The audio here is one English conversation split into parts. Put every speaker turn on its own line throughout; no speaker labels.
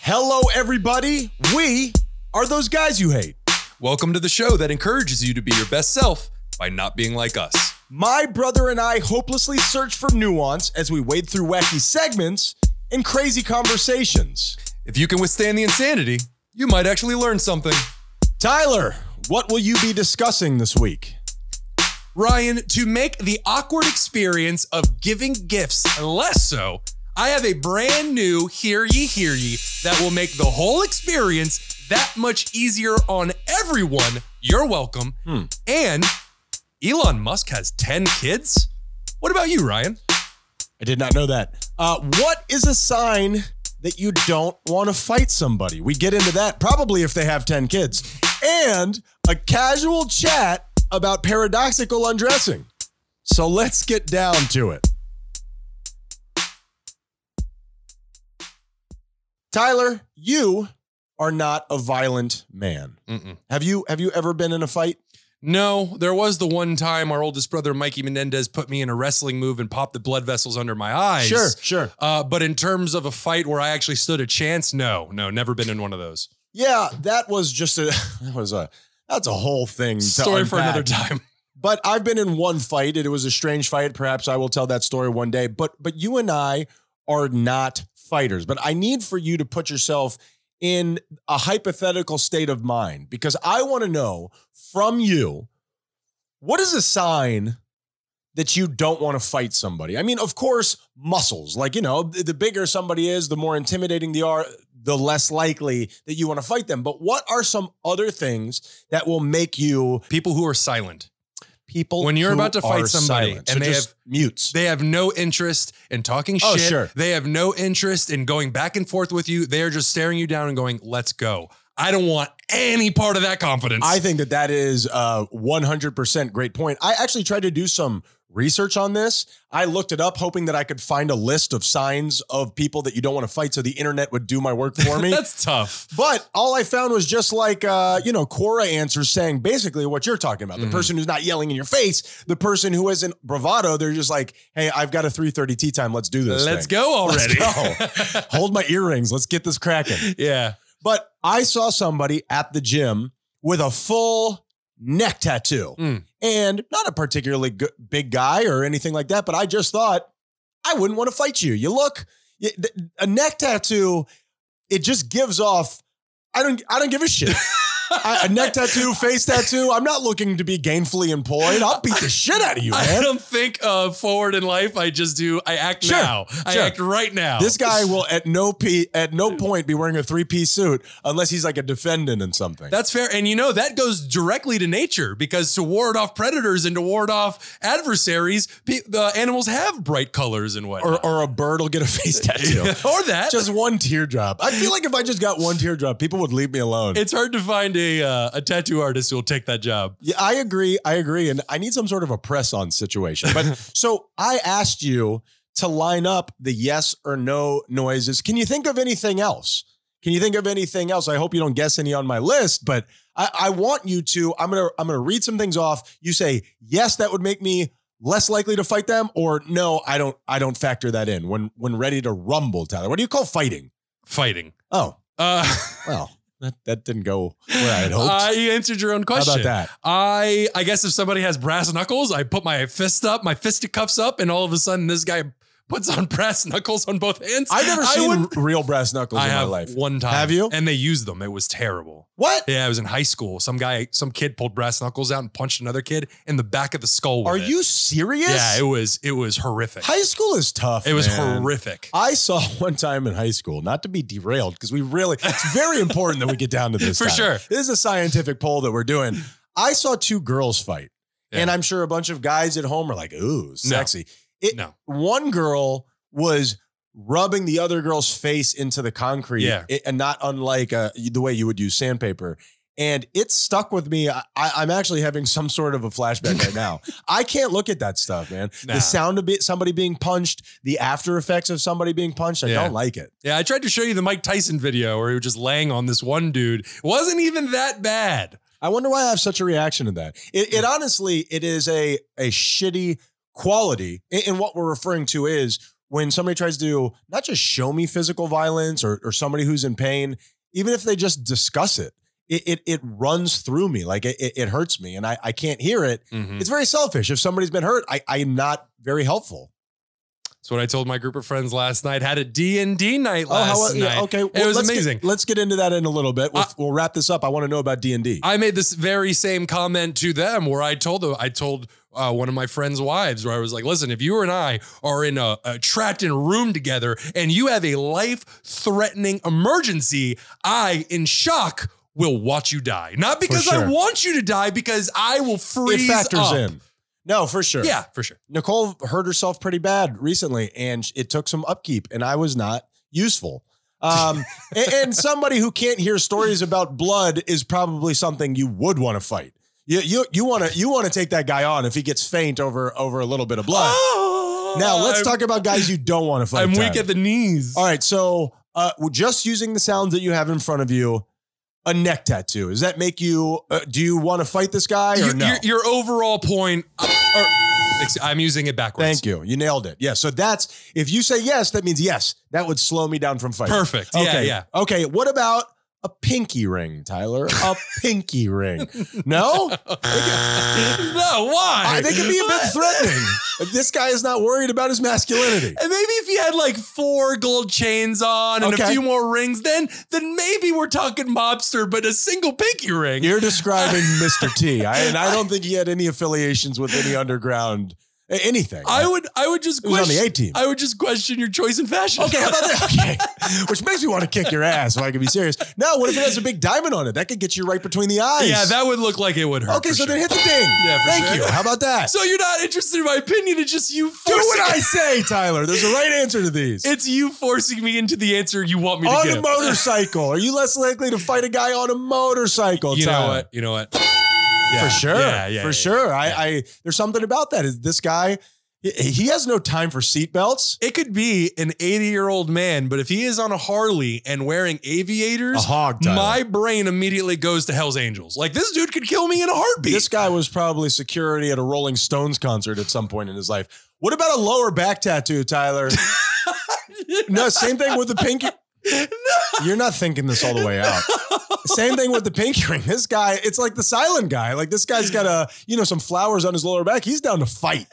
Hello, everybody. We are those guys you hate.
Welcome to the show that encourages you to be your best self by not being like us.
My brother and I hopelessly search for nuance as we wade through wacky segments and crazy conversations.
If you can withstand the insanity, you might actually learn something.
Tyler, what will you be discussing this week?
Ryan, to make the awkward experience of giving gifts less so, I have a brand new Hear Ye, Hear Ye that will make the whole experience that much easier on everyone. You're welcome. And Elon Musk has 10 kids. What about you, Ryan?
I did not know that. Uh, what is a sign that you don't want to fight somebody? We get into that probably if they have 10 kids. And a casual chat about paradoxical undressing. So let's get down to it. Tyler, you are not a violent man.
Mm-mm.
Have you have you ever been in a fight?
No, there was the one time our oldest brother Mikey Menendez put me in a wrestling move and popped the blood vessels under my eyes.
Sure, sure.
Uh, but in terms of a fight where I actually stood a chance, no, no, never been in one of those.
Yeah, that was just a that was a that's a whole thing. to
Story for
unpack.
another time.
But I've been in one fight. and It was a strange fight. Perhaps I will tell that story one day. But but you and I are not fighters. But I need for you to put yourself in a hypothetical state of mind because I want to know from you what is a sign that you don't want to fight somebody. I mean, of course, muscles. Like, you know, the the bigger somebody is, the more intimidating they are, the less likely that you want to fight them. But what are some other things that will make you
People who are silent.
people
When you're
who
about to fight
are
somebody
silent. So
and they
just
have-
mutes.
They have no interest in talking
Oh,
shit.
sure.
They have no interest in going back and forth with you. They are just staring you down and going, let's go. I don't want any part of that confidence.
I think that that is uh 100% great point. I actually tried to do some research on this. I looked it up hoping that I could find a list of signs of people that you don't want to fight so the internet would do my work for me.
That's tough.
But all I found was just like, uh, you know, Quora answers saying basically what you're talking about. The
Mhm.
person who's not yelling in your face, the person who isn't bravado, they're just like, hey, I've got a 3.30 tea time. Let's do this
Let's
thing.
go
Let's
already.
go. Hold my earrings. Let's get this cracking.
yeah.
But I saw somebody at the gym with a full neck tattoo
Mm.
and not a particularly good, big guy or anything like that. But I just thought, I wouldn't want to fight you. You look, y- th- a neck tattoo, it just gives off, I don't, I don't give a shit. I, a neck tattoo, face tattoo. I'm not looking to be gainfully employed. I'll beat the shit out of you,
I
man.
don't think uh, forward in life. I just do. I act
Sure,
now. I
sure.
act right now.
This guy will at no pe- at no point be wearing a three piece suit unless he's like a defendant in something.
That's fair. And you know, that goes directly to nature because to ward off predators and to ward off adversaries, pe- the animals have bright colors and
or,
whatnot.
or a bird will get a face tattoo.
or that.
just one teardrop. I feel like if I just got one teardrop, people would leave me alone.
it's hard to find a, uh, a tattoo artist who'll take that job.
yeah, I agree. I agree. And I need some sort of a press on situation. But so I asked you to line up the yes or no noises. Can you think of anything else? Can you think of anything else? I hope you don't guess any on my list, but I, I want you to. I'm gonna I'm gonna read some things off. You say yes, that would make me less likely to fight them, or no, I don't I don't factor that in when when ready to rumble, Tyler. What do you call fighting?
Fighting.
Oh,
Uh,
Well, that, that didn't go where I had hoped.
I answered your own
How
question.
about that?
I I guess if somebody has brass knuckles, I put my fist up, my fisticuffs up, and all of a sudden this guy puts on brass knuckles on both hands.
I've never
I
seen
would-
real brass knuckles
I
in my
have
life.
one time.
Have you?
And they used them. It was terrible.
What?
Yeah, I was in high school. Some guy, some kid pulled brass knuckles out and punched another kid in the back of the skull. with
Are
it.
you serious?
Yeah, it was. It was horrific.
High school is tough.
it was
man.
horrific.
I saw one time in high school, not to be derailed, because we really, it's very important that we get down to this.
For
Tyler.
sure.
This is a scientific poll that we're doing. I saw two girls fight,
Yeah.
and I'm sure a bunch of guys at home are like, ooh, sexy. It,
No.
One girl was rubbing the other girl's face into the concrete,
Yeah.
it- and not unlike uh, the way you would use sandpaper. And it stuck with me. I, I- I'm actually having some sort of a flashback right now. I can't look at that stuff, man.
Nah.
The sound of be- somebody being punched, the after effects of somebody being punched, I
Yeah.
don't like it.
Yeah, I tried to show you the Mike Tyson video where he was just laying on this one dude. It wasn't even that bad.
I wonder why I have such a reaction to that. It,
Hmm.
it honestly, it is a a shitty quality. And and what we're referring to is when somebody tries to not just show me physical violence or, or somebody who's in pain, even if they just discuss it, it it, it runs through me. Like it, it, it hurts me and I, I can't hear it.
Mhm.
It's very selfish. If somebody's been hurt, I, I'm not very helpful.
That's what I told my group of friends last night. Had a D and D night last
Oh, yeah,
night.
okay.
was
let's
amazing.
Get, let's get into that in a little bit. We'll,
I-
we'll wrap this up. I want to know about D and D.
I made this very same comment to them where I told them, I told uh, one of my friend's wives where I was like, listen, if you and I are in a, a trapped in a room together and you have a life threatening emergency, I in shock will watch you die. Not because I
sure.
want you to die, because I will
It
freeze
factors
up.
in. No, for sure.
Yeah, for sure.
Nicole hurt herself pretty bad recently, and it took some upkeep, and I was not useful. Um, and, and somebody who can't hear stories about blood is probably something you would want to fight. You you you want to you want to take that guy on if he gets faint over over a little bit of blood. now let's
Oh, I'm-
talk about guys you don't want to fight.
I'm
Tyler.
weak at the knees.
All right, so uh, we're just using the sounds that you have in front of you, a neck tattoo. Does that make you? Uh, do you want to fight this guy or
Your,
no?
your, your overall point. uh, or- ex- I'm using it backwards.
Thank you. You nailed it. Yeah. So that's if you say yes, that means yes. That would slow me down from fighting.
Perfect. Yeah,
Okay.
yeah.
Okay. What about a pinky ring, Tyler? A pinky ring. No,
no, why?
I think it'd be a bit threatening. if this guy is not worried about his masculinity.
And maybe if you had like four gold chains on and a
Okay.
few more rings, then then maybe we're talking mobster, but a single pinky ring.
You're describing Mr. T, I, and I don't think he had any affiliations with any underground a- anything.
I would I would just
It was on
question
the A team.
I would just question your choice in fashion.
Okay, how about that? Okay, which makes me want to kick your ass. If I can be serious, no. What if it has a big diamond on it? That could get you right between the eyes.
Yeah, that would look like it would hurt.
Okay,
for
so
sure.
then hit the ding.
Yeah, for
Thank
sure.
you. How about that?
So you're not interested in my opinion, it's just you
Do
forcing
what I say, Tyler. There's a right answer to these.
it's you forcing me into the answer you want me to
on
give.
a motorcycle. Are you less likely to fight a guy on a motorcycle?
you
Tyler?
know what? You know what?
For sure.
Yeah, yeah,
for
yeah,
sure.
yeah.
I, I there's something about that. Is this guy? He, he has no time for seatbelts.
It could be an 80 year old man, but if he is on a Harley and wearing aviators,
hog.
my brain immediately goes to Hell's Angels. Like this dude could kill me in a heartbeat.
This guy was probably security at a Rolling Stones concert at some point in his life. What about a lower back tattoo, Tyler? no, same thing with the pinky. You're not thinking this all the way out. Same thing with the pinky ring. This guy, it's like the silent guy. Like this guy's got a, you know, some flowers on his lower back. He's down to fight.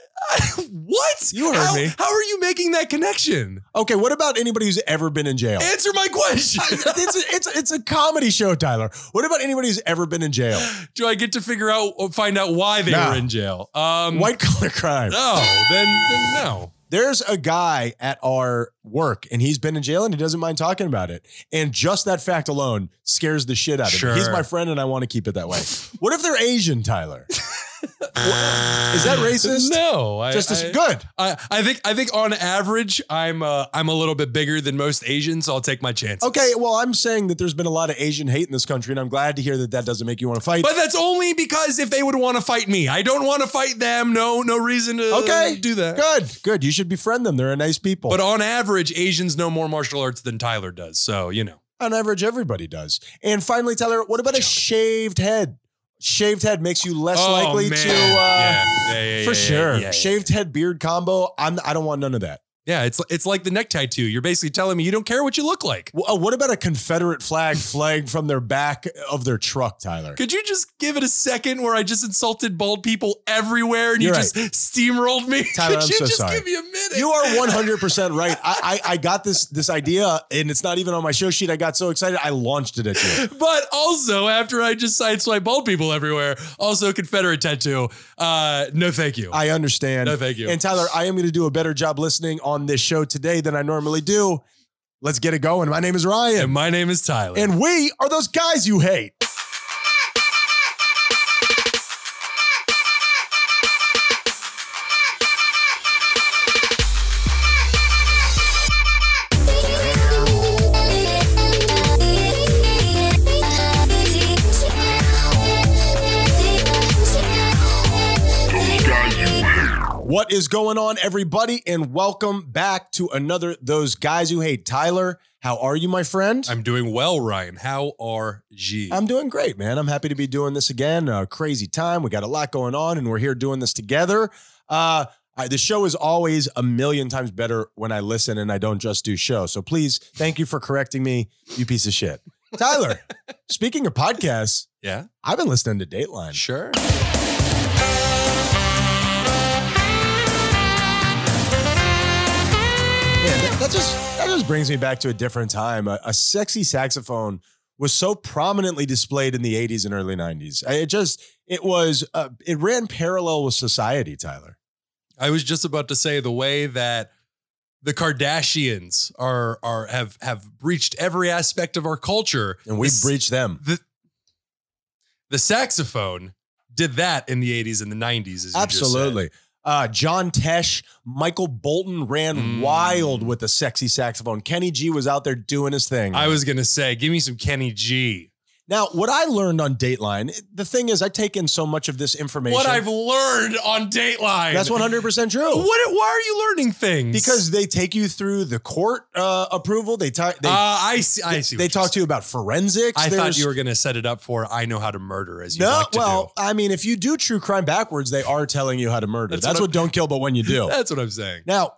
what?
You heard
how,
me.
How are you making that connection?
Okay, what about anybody who's ever been in jail?
Answer my question.
It's a, it's a, it's a comedy show, Tyler. What about anybody who's ever been in jail?
Do I get to figure out or find out why they
Nah.
were in jail? Um
White collar crime.
no, then, then no.
There's a guy at our work and he's been in jail and he doesn't mind talking about it. And just that fact alone scares the shit out of
Sure.
me. He's my friend and I want to keep it that way. what if they're Asian, Tyler? Is that racist?
No. I,
Just as
I-
good.
I, I think I think on average I'm uh, I'm a little bit bigger than most Asians, so I'll take my chances.
Okay, well, I'm saying that there's been a lot of Asian hate in this country, and I'm glad to hear that that doesn't make you want to fight.
But that's only because if they would want to fight me. I don't want to fight them. No, no reason to
Okay.
do that.
good, good. You should befriend them. They're a nice people.
But uh, on average, Asians know more martial arts than Tyler does. So, you know.
on average, everybody does. And finally, Tyler, what about a shaved head? Shaved head makes you less likely to. Uh,
Oh, yeah, yeah, yeah, yeah,
For sure.
Yeah, yeah,
Shaved head beard combo. I'm I don't want none of that.
yeah. it's it's like the neck tattoo. You're basically telling me you don't care what you look like.
Wh- oh, What about a Confederate flag flag from their back of their truck, Tyler?
Could you just give it a second where I just insulted bald people everywhere and you
You're
just steamrolled me?
Tyler,
Could
I'm
you
so
just
sorry.
give me a minute?
You are 100% right. I, I I got this this idea and it's not even on my show sheet. I got so excited I launched it at you.
but also, after I just sideswipe bald people everywhere, also Confederate tattoo. Uh, no, thank you.
I understand.
no, thank you.
And Tyler, I am going to do a better job listening on this show today than I normally do. Let's get it going. My name is
and
Ryan
my name is Tyler.
and we are those guys you hate. What is going on, everybody? And welcome back to another Those Guys Who Hate. Tyler, how are you, my friend?
I'm doing well, Ryan. How are you?
I'm doing great, man. I'm happy to be doing this again. A crazy time. We got a lot going on, and we're here doing this together. Uh, I, the show is always a million times better when I listen and I don't just do show. So please, thank you for correcting me, you piece of shit. Tyler, speaking of podcasts,
Yeah.
I've been listening to Dateline.
Sure.
Man, that, that just that just brings me back to a different time. A, a sexy saxophone was so prominently displayed in the 80s and early 90s. I- It just it was uh, it ran parallel with society, Tyler.
I was just about to say the way that the Kardashians are are have have breached every aspect of our culture.
And we
This-
breached them.
the the saxophone did that in the 80s and the 90s. As you just
Absolutely. Uh, John Tesh, Michael Bolton ran
Mm.
wild with the sexy saxophone. Kenny G was out there doing his thing.
said. I was gonna say, give me some Kenny G.
now, what I learned on Dateline, the thing is, I take in so much of this information.
What I've learned on Dateline.
That's 100%
What?
true.
Why are you learning things?
Because they take you through the court uh, approval. They, ti-
uh,
they
I see. I see.
they talk to you about forensics.
I thought
There's-
you were gonna set it up for I know how to murder as you
no.
like to
well, I mean, if you do true crime backwards, they are telling you how to murder.
That's
That's,
what
what, don't kill, but when you
do.
do.
That's what I'm saying.
now,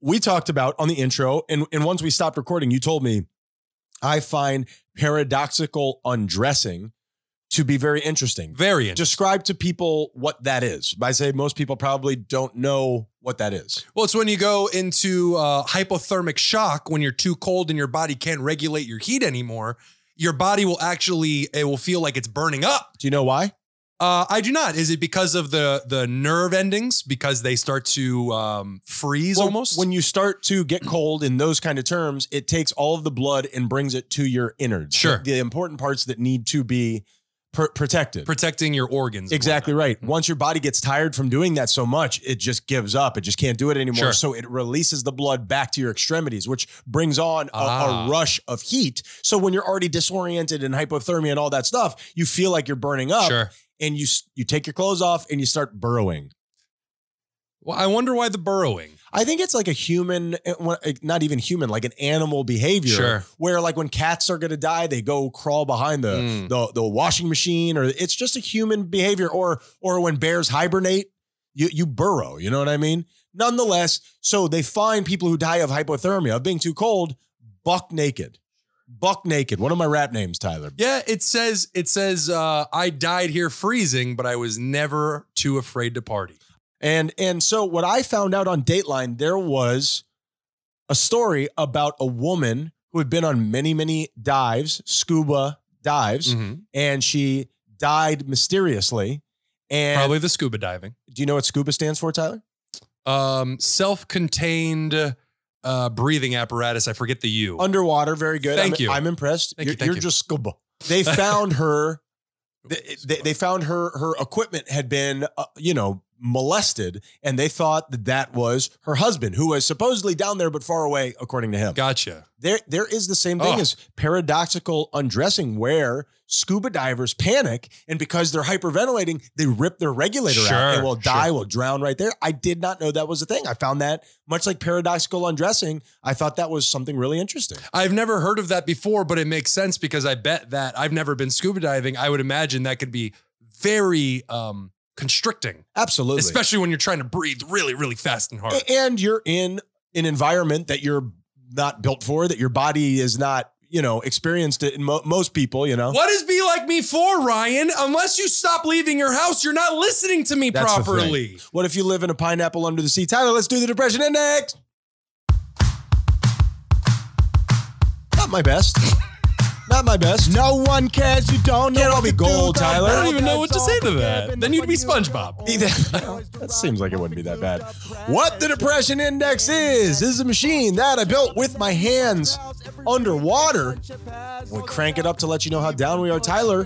we talked about on the intro, and and once we stopped recording, you told me I find paradoxical undressing to be very interesting.
Very interesting.
Describe to people what that is. I say most people probably don't know what that is.
Well, it's when you go into uh, hypothermic shock when you're too cold and your body can't regulate your heat anymore. Your body will actually it will feel like it's burning up.
Do you know why?
Uh, I do not. Is it because of the the nerve endings because they start to um, freeze
Well,
almost?
when you start to get cold in those kind of terms, it takes all of the blood and brings it to your innards.
Sure.
The, the important parts that need to be pr- protected.
protecting your organs. and
exactly right.
Mm.
Once your body gets tired from doing that so much, it just gives up. It just can't do it anymore.
Sure.
So it releases the blood back to your extremities, which brings on a,
Ah.
a rush of heat. So when you're already disoriented and hypothermia and all that stuff, you feel like you're burning
whatnot.
up
Sure.
and you s- you take your clothes off and you start burrowing.
Well, I wonder why the burrowing.
I think it's like a human, eh, not even human, like an animal behavior.
Sure.
Where like when cats are gonna die, they go crawl behind the
Mm.
the, the washing machine, or it's just a human behavior. Or or when bears hibernate, you you burrow. You know what I mean? Nonetheless, so they find people who die of hypothermia, of being too cold, buck naked, buck naked. One of my rap names, Tyler.
Yeah, it says it says uh, I died here freezing, but I was never too afraid to party.
And and so what I found out on Dateline, there was a story about a woman who had been on many, many dives, scuba dives,
Mm-hmm.
and she died mysteriously. And
Probably the scuba diving.
do you know what scuba stands for, Tyler?
um self-contained uh breathing apparatus i forget the u
Underwater, very good.
Thank
I'm,
you.
I'm impressed.
Thank you,
you're
thank
you're
you.
just scuba. They found her. They,
Oops.
they, they found her. Her equipment had been, uh, you know, molested, and they thought that that was her husband, who was supposedly down there but far away, according to him.
gotcha
there there is the same thing
Oh.
as paradoxical undressing where scuba divers panic and because they're hyperventilating they rip their regulator
Sure,
out and will
sure.
die will drown right there i did not know that was a thing i found that much like paradoxical undressing i thought that was something really interesting
i've never heard of that before but it makes sense because i bet that i've never been scuba diving i would imagine that could be very um constricting
absolutely
especially when you're trying to breathe really really fast and hard
A- and you're in an environment that you're not built for that your body is not you know experienced it in mo- most people you know
what is be like me for ryan unless you stop leaving your house you're not listening to me
That's the thing.
properly
What if you live in a pineapple under the sea? Tyler, let's do the Depression Index. Not my best. Not my best. No one cares. You don't know. Can't all be gold, Tyler.
i don't even know what to say to that then you'd be spongebob
that seems like it wouldn't be that bad. What the Depression Index is, is a machine that I built with my hands underwater. We crank it up to let you know how down we are. Tyler,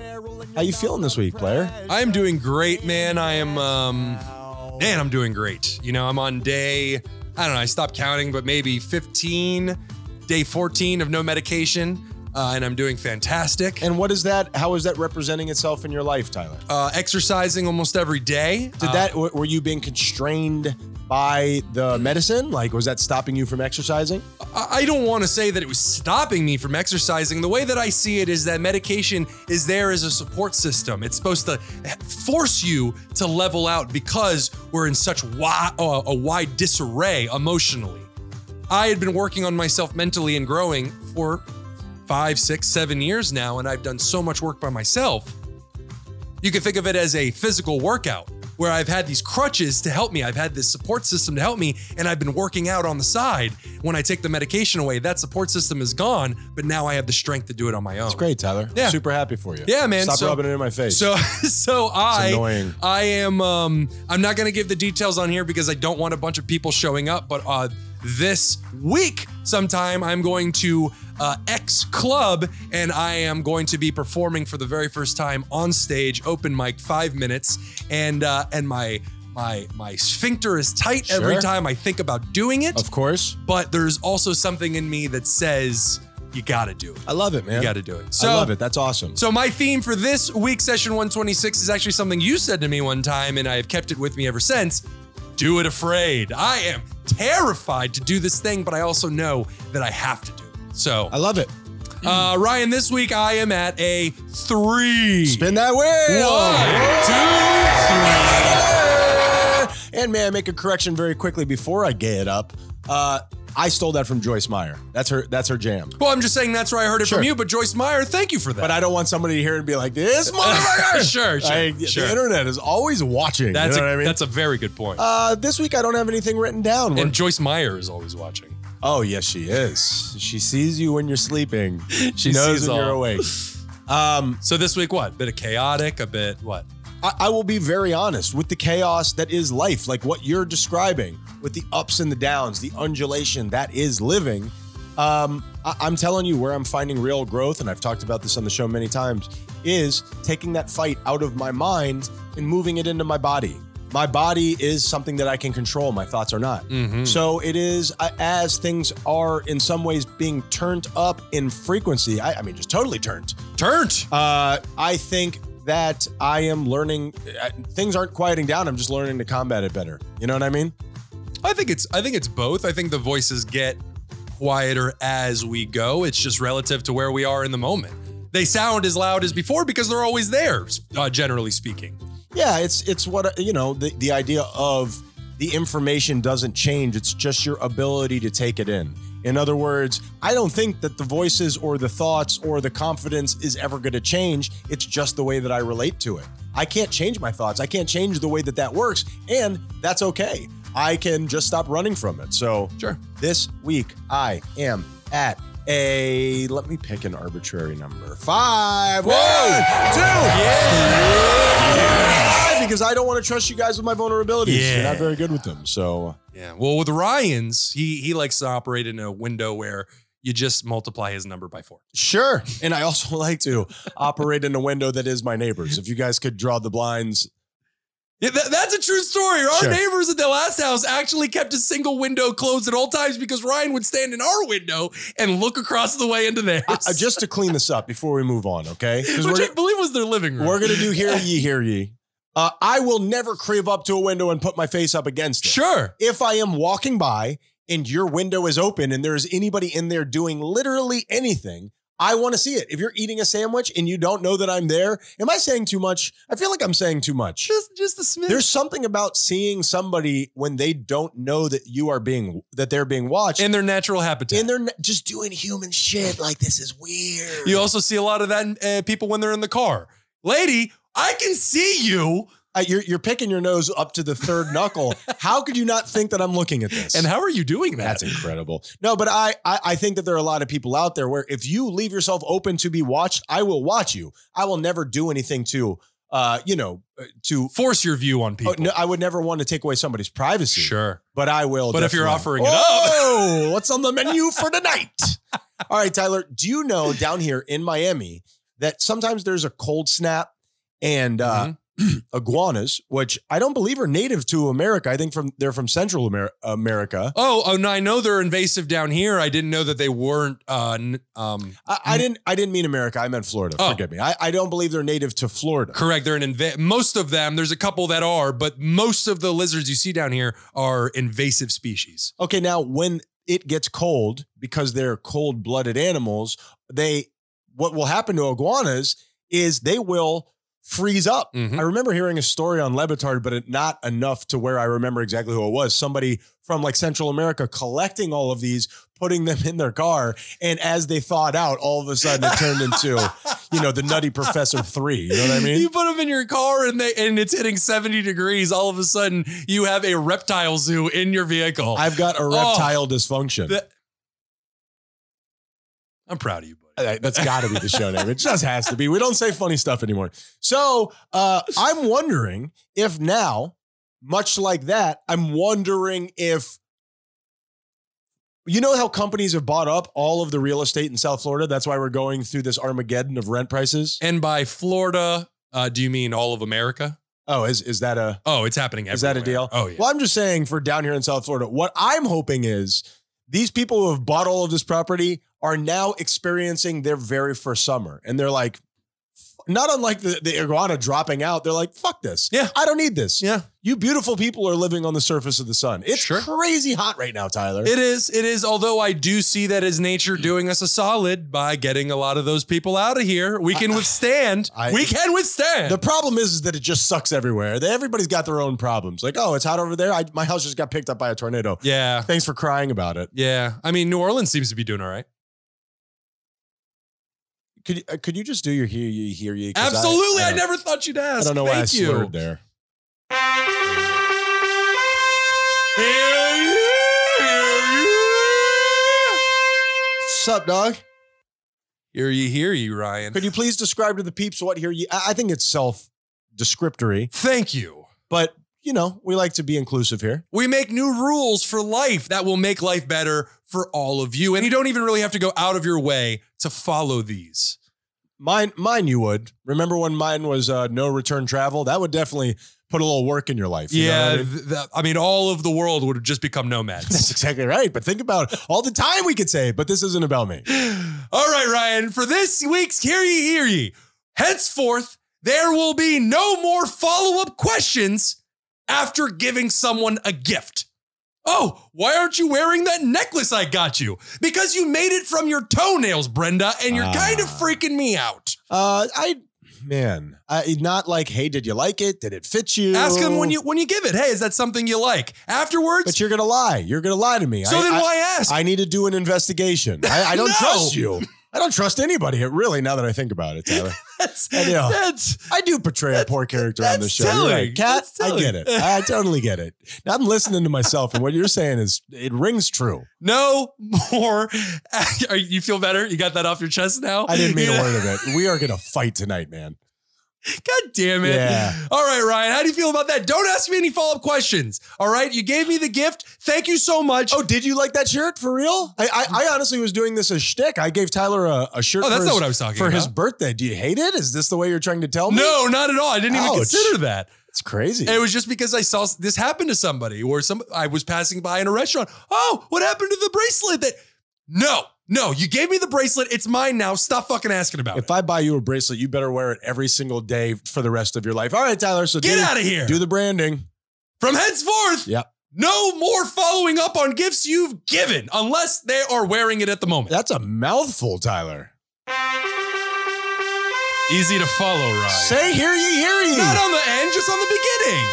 how you feeling this week, player?
I'm doing great, man. I am, um, man, I'm doing great. You know, I'm on day, I don't know, I stopped counting, but maybe 15, day 14 of no medication. uh, and I'm doing fantastic.
And what is that? How is that representing itself in your life, Tyler?
Uh, exercising almost every day.
Did
Uh,
that? w- Were you being constrained by the medicine? Like, was that stopping you from exercising?
I I don't want to say that it was stopping me from exercising. The way that I see it is that medication is there as a support system. It's supposed to force you to level out because we're in such wi- uh, a wide disarray emotionally. I had been working on myself mentally and growing for five, six, seven years now, and I've done so much work by myself. You can think of it as a physical workout where I've had these crutches to help me. I've had this support system to help me, and I've been working out on the side. When I take the medication away, that support system is gone, but now I have the strength to do it on my own.
It's great, Tyler.
Yeah.
Super happy for you.
Yeah, man,
Stop
so-
rubbing it in my face.
So, so I,
annoying.
I am, um, I'm not gonna give the details on here because I don't want a bunch of people showing up. But uh, this week, sometime, I'm going to uh, X Club, and I am going to be performing for the very first time on stage, open mic, five minutes, and uh, and my my my sphincter is tight every
Sure.
time I think about doing it.
of course,
but there's also something in me that says you gotta do it.
I love it, man.
You gotta do it. So
I love it. That's awesome.
so my theme for this week's session 126 is actually something you said to me one time, and I have kept it with me ever since. Do it afraid. I am terrified to do this thing, but I also know that I have to do it. So,
I love it.
uh, Ryan, this week I am at a three.
Spin that Oh. wheel.
One, two, three.
And may I make a correction very quickly before I gay it up? Uh, I stole that from Joyce Meyer. That's her. That's her jam.
Well, I'm just saying that's where I heard it
Sure.
from you, but Joyce Meyer, thank you for that. Oh
But I don't want somebody to hear it and be like, "This motherfucker."
sure, sure,
Like,
sure.
The internet is always watching.
that's,
you know
a,
what I mean?
that's a very good point.
uh, this week I don't have anything written down. We're-
and Joyce Meyer is always watching.
oh yes, she is. She sees you when you're sleeping. She,
She
knows
sees
when you're
all.
awake. Um,
So this week, what? Bit of chaotic, a bit what?
I, I will be very honest with the chaos that is life, like what you're describing, with the ups and the downs, the undulation that is living. Um, I, I'm telling you where I'm finding real growth, and I've talked about this on the show many times, is taking that fight out of my mind and moving it into my body. My body is something that I can control, my thoughts are not.
Mm-hmm.
So it is uh, as things are in some ways being turned up in frequency. I, I mean, just totally turned.
Turnt.
Uh, I think that I am learning. uh, Things aren't quieting down. I'm just learning to combat it better. You know what I mean?
I think it's I think it's both. I think the voices get quieter as we go. It's just relative to where we are in the moment. They sound as loud as before because they're always there, uh, generally speaking.
Yeah. It's it's what you know. The the idea of the information doesn't change. It's just your ability to take it in. In other words, I don't think that the voices or the thoughts or the confidence is ever going to change. It's just the way that I relate to it. I can't change my thoughts. I can't change the way that that works, and that's okay. I can just stop running from it. So
Sure.
This week, I am at a, let me pick an arbitrary number. Five. Whoa. Two. Five, Because I don't want to trust you guys with my vulnerabilities. You're
Yeah.
not very good with them. So
Yeah. Well, with Ryan's, he he likes to operate in a window where you just multiply his number by four.
sure. And I also like to operate in a window that is my neighbor's. If you guys could draw the blinds.
Yeah, that- that's a true story. Our
Sure.
neighbors at the last house actually kept a single window closed at all times because Ryan would stand in our window and look across the way into theirs.
Uh, just to clean this up before we move on, okay? 'Cause
which
we're-
I believe was their living room.
We're gonna do hear ye, hear ye. Uh, I will never creep up to a window and put my face up against it.
sure.
If I am walking by and your window is open and there is anybody in there doing literally anything, I want to see it. If you're eating a sandwich and you don't know that I'm there, am I saying too much? I feel like I'm saying too much.
Just just the smidge.
There's something about seeing somebody when they don't know that you are being that they're being watched
in their natural habitat.
and they're n- just doing human shit like this is weird.
you also see a lot of that in uh, people when they're in the car. Lady, I can see you.
Uh, you're, you're picking your nose up to the third knuckle. How could you not think that I'm looking at this?
And how are you doing that?
that's incredible. No, but I, I I think that there are a lot of people out there where if you leave yourself open to be watched, I will watch you. I will never do anything to, uh, you know, uh, to.
Force your view on people.
Oh, no, I would never want to take away somebody's privacy.
Sure.
but I will.
But if you're offering it up.
oh, what's on the menu for tonight? All right, Tyler. Do you know down here in Miami that sometimes there's a cold snap and uh,
Mhm.
iguanas, which I don't believe are native to America. I think from they're from Central Amer- America.
Oh, oh no, I know they're invasive down here. I didn't know that they weren't. Uh, n- um,
I, I didn't. I didn't mean America. I meant Florida.
Oh.
Forgive me. I, I don't believe they're native to Florida.
correct. They're an inva- Most of them. There's a couple that are, but most of the lizards you see down here are invasive species.
Okay, now when it gets cold, because they're cold blooded animals, they what will happen to iguanas is they will freeze up.
Mhm.
I remember hearing a story on Levitard, but it not enough to where I remember exactly who it was. Somebody from like Central America collecting all of these, putting them in their car, and as they thawed out, all of a sudden it turned into, you know, the Nutty Professor 3. You know what I mean?
You put them in your car and they and it's hitting 70 degrees. All of a sudden, you have a reptile zoo in your vehicle. I,
I've got a reptile dysfunction.
That- am proud of you, buddy.
Uh, That's got to be the show name. It just has to be. We don't say funny stuff anymore. So uh, I'm wondering if now, much like that, I'm wondering if you know how companies have bought up all of the real estate in South Florida. That's why we're going through this Armageddon of rent prices.
And by Florida, uh, do you mean all of America?
Oh, is is that a
Oh, it's happening everywhere.
Is that a deal?
Oh, yeah.
Well, I'm just saying for down here in South Florida, what I'm hoping is these people who have bought all of this property are now experiencing their very first summer. And they're like, not unlike the, the iguana dropping out, they're like, fuck this.
Yeah.
I don't need this.
Yeah.
You beautiful people are living on the surface of the sun. It's
Sure.
crazy hot right now, Tyler.
It is. It is. Although I do see that as nature
Hmm.
doing us a solid by getting a lot of those people out of here. We can withstand.
I-
we can withstand.
the problem is, is that it just sucks everywhere. That Everybody's got their own problems. Like, oh, it's hot over there. I, my house just got picked up by a tornado.
yeah.
Thanks for crying about it.
Yeah. I mean, New Orleans seems to be doing all right.
Could you- uh, could you just do your hear you hear you? 'Cause
Absolutely. I,
don't-
never thought you'd ask.
I don't know
Thank
why I
you.
slurred there.
Hear you,
Sup, dog?
Hear you, hear you, Ryan.
Could you please describe to the peeps what here you? I I think it's self descriptory,
Thank you.
but you know we like to be inclusive here.
We make new rules for life that will make life better for all of you. And you don't even really have to go out of your way to follow these.
Mine, mine, you would remember when mine was uh, no return travel. That would definitely put a little work in your life. you know what
yeah.
I
th-
mean?
th- I, mean? all of the world would have just become
that's
nomads.
exactly right. But think about all the time we could save. But this isn't about me.
all right, Ryan, for this week's Hear Ye, Hear Ye, henceforth, there will be no more follow up questions after giving someone a gift. Oh, why aren't you wearing that necklace I got you? Because you made it from your toenails, Brenda, and you're kind of
Ah.
freaking me out.
Uh, I, man, I not like. Hey, did you like it? Did it fit you?
Ask him when you when you give it. Hey, is that something you like? Afterwards.
But you're gonna lie. You're gonna lie to me.
so
I-
then
I-
why ask?
I need to do an investigation. I, I don't
No.
trust you. I don't trust anybody, really, now that I think about it, Tyler.
that's
I know.
that's
I do portray a poor character on
that's
the show. You're
telling.
right. Cat,
That's
I get
telling.
it. I totally get it. Now I'm listening to myself, and what you're saying is it rings true.
no more. Are- you feel better? You got that off your chest now?
I didn't mean
Yeah.
a word of it. We are gonna fight tonight, man.
God damn it.
Yeah.
All right, Ryan, how do you feel about that? Don't ask me any follow up questions. All right, you gave me the gift. Thank you so much.
Oh, did you like that shirt for real? I I, I honestly was doing this as shtick. I gave Tyler a, a shirt
Oh,
for,
that's not
his,
what I was talking
for
about.
his birthday. Do you hate it? Is this the way you're trying to tell me?
no, not at all. I didn't even
Ouch.
consider that.
It's crazy.
It was just because I saw s- this happen to somebody, or some I was passing by in a restaurant. Oh, what happened to the bracelet? That no, no, you gave me the bracelet. It's mine now. Stop fucking asking about
If
it.
I buy you a bracelet, you better wear it every single day for the rest of your life. All right, Tyler. So
Get
do,
out of here.
do the branding.
From henceforth,
Yep.
no more following up on gifts you've given unless they are wearing it at the moment.
That's a mouthful, Tyler.
Easy to follow, Ryan.
Say hear ye, hear ye.
Not on the end, just on the beginning.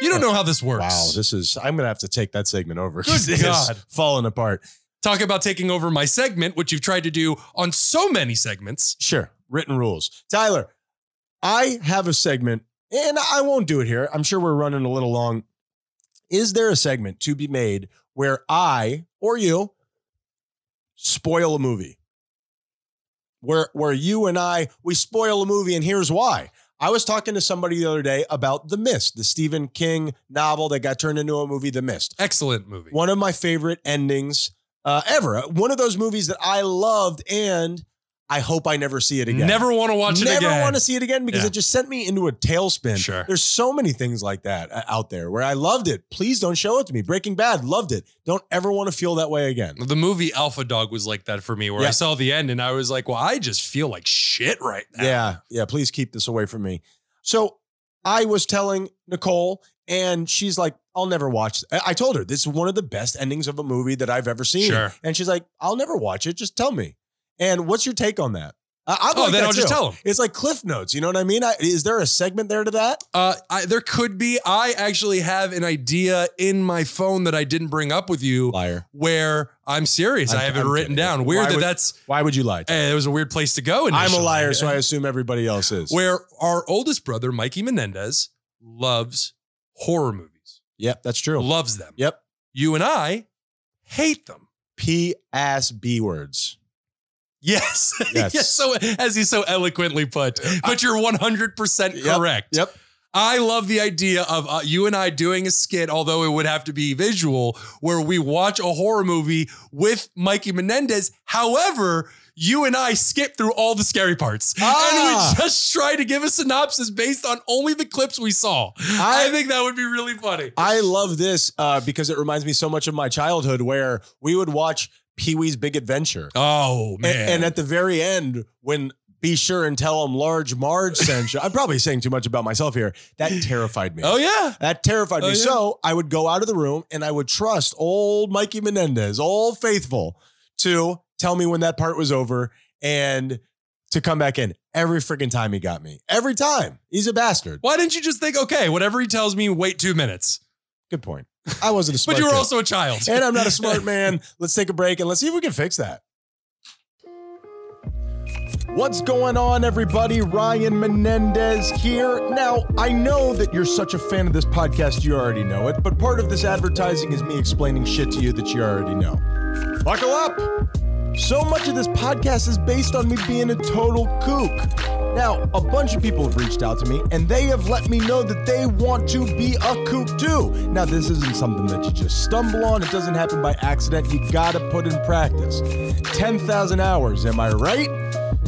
You don't know how this works.
Wow, this is. I'm gonna have to take that segment over.
Good
It's
God.
falling apart.
Talk about taking over my segment, which you've tried to do on so many segments.
Sure, written rules, Tyler. I have a segment, and I won't do it here. I'm sure we're running a little long. Is there a segment to be made where I or you spoil a movie? Where where you and I we spoil a movie, and here's why. I was talking to somebody the other day about The Mist, the Stephen King novel that got turned into a movie, The Mist.
Excellent movie.
One of Uh, my favorite endings uh, ever. One of those movies that I loved, and I hope I never see it again.
Never want to watch it
Never
again.
want to see it again because
Yeah.
it just sent me into a tailspin.
Sure.
There's so many things like that uh, out there where I loved it. Please don't show it to me. Breaking Bad, loved it. Don't ever want to feel that way again.
the movie Alpha Dog was like that for me, where I
Yeah.
saw the end and I was like, well, I just feel like shit right now.
Yeah, yeah. Please keep this away from me. So I was telling Nicole, and she's like, "I'll never watch." I I told her this is one of the best endings of a movie that I've ever seen,
Sure.
and she's like, "I'll never watch it. Just tell me." And what's your take on that? I, I'm
Oh,
like
then
that
I'll just
too.
tell him.
It's like Cliff Notes. You know what I mean? I, is there a segment there to that?
Uh, I, there could be. I actually have an idea in my phone that I didn't bring up with you.
Liar.
Where I'm serious,
I'm-
I have it
I'm
written
kidding.
down. Weird
Why
that
would-
that's.
Why would you lie? To me?
eh, it was a weird place to go.
I'm a
initially.
liar, so I assume everybody else is.
Where our oldest brother Mikey Menendez loves horror movies,
Yep, that's true.
loves them.
Yep.
You and I hate them.
P ass B words.
Yes. Yes.
Yes.
So, as he so eloquently put, but you're 100%
Yep,
correct.
yep.
I love the idea of uh, you and I doing a skit, although it would have to be visual, where we watch a horror movie with Mikey Menendez. However, you and I skip through all the scary parts
Ah.
and we just try to give a synopsis based on only the clips we saw. I, think that would be really funny.
I love this uh, because it reminds me so much of my childhood where we would watch Pee Wee's Big Adventure.
oh,
A-
man.
And, at the very end, when be sure and tell him Large Marge sent you, I'm probably saying too much about myself here. That terrified me.
oh, yeah.
That terrified
Oh,
me.
yeah.
So I would go out of the room and I would trust old Mikey Menendez, old faithful, to tell me when that part was over and to come back in. Every freaking time he got me. Every time. He's a bastard.
Why didn't you just think, okay, whatever he tells me, wait two minutes?
Good point. I wasn't a smart
But you were
kid.
also a child.
and I'm not a smart man. Let's take a break and let's see if we can fix that. What's going on, everybody? Ryan Menendez here. Now, I know that you're such a fan of this podcast, you already know it, but part of this advertising is me explaining shit to you that you already know. Buckle up! So much of this podcast is based on me being a total kook. Now, a bunch of people have reached out to me and they have let me know that they want to be a kook too. Now, this isn't something that you just stumble on, it doesn't happen by accident. You gotta put in practice. 10,000 hours, am I right?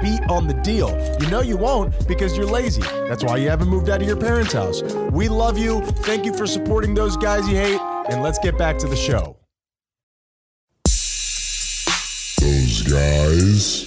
beat on the deal. You know you won't because you're lazy. That's why you haven't moved out of your parents' house. We love you. Thank you for supporting those guys you hate, and let's get back to the show.
Those guys.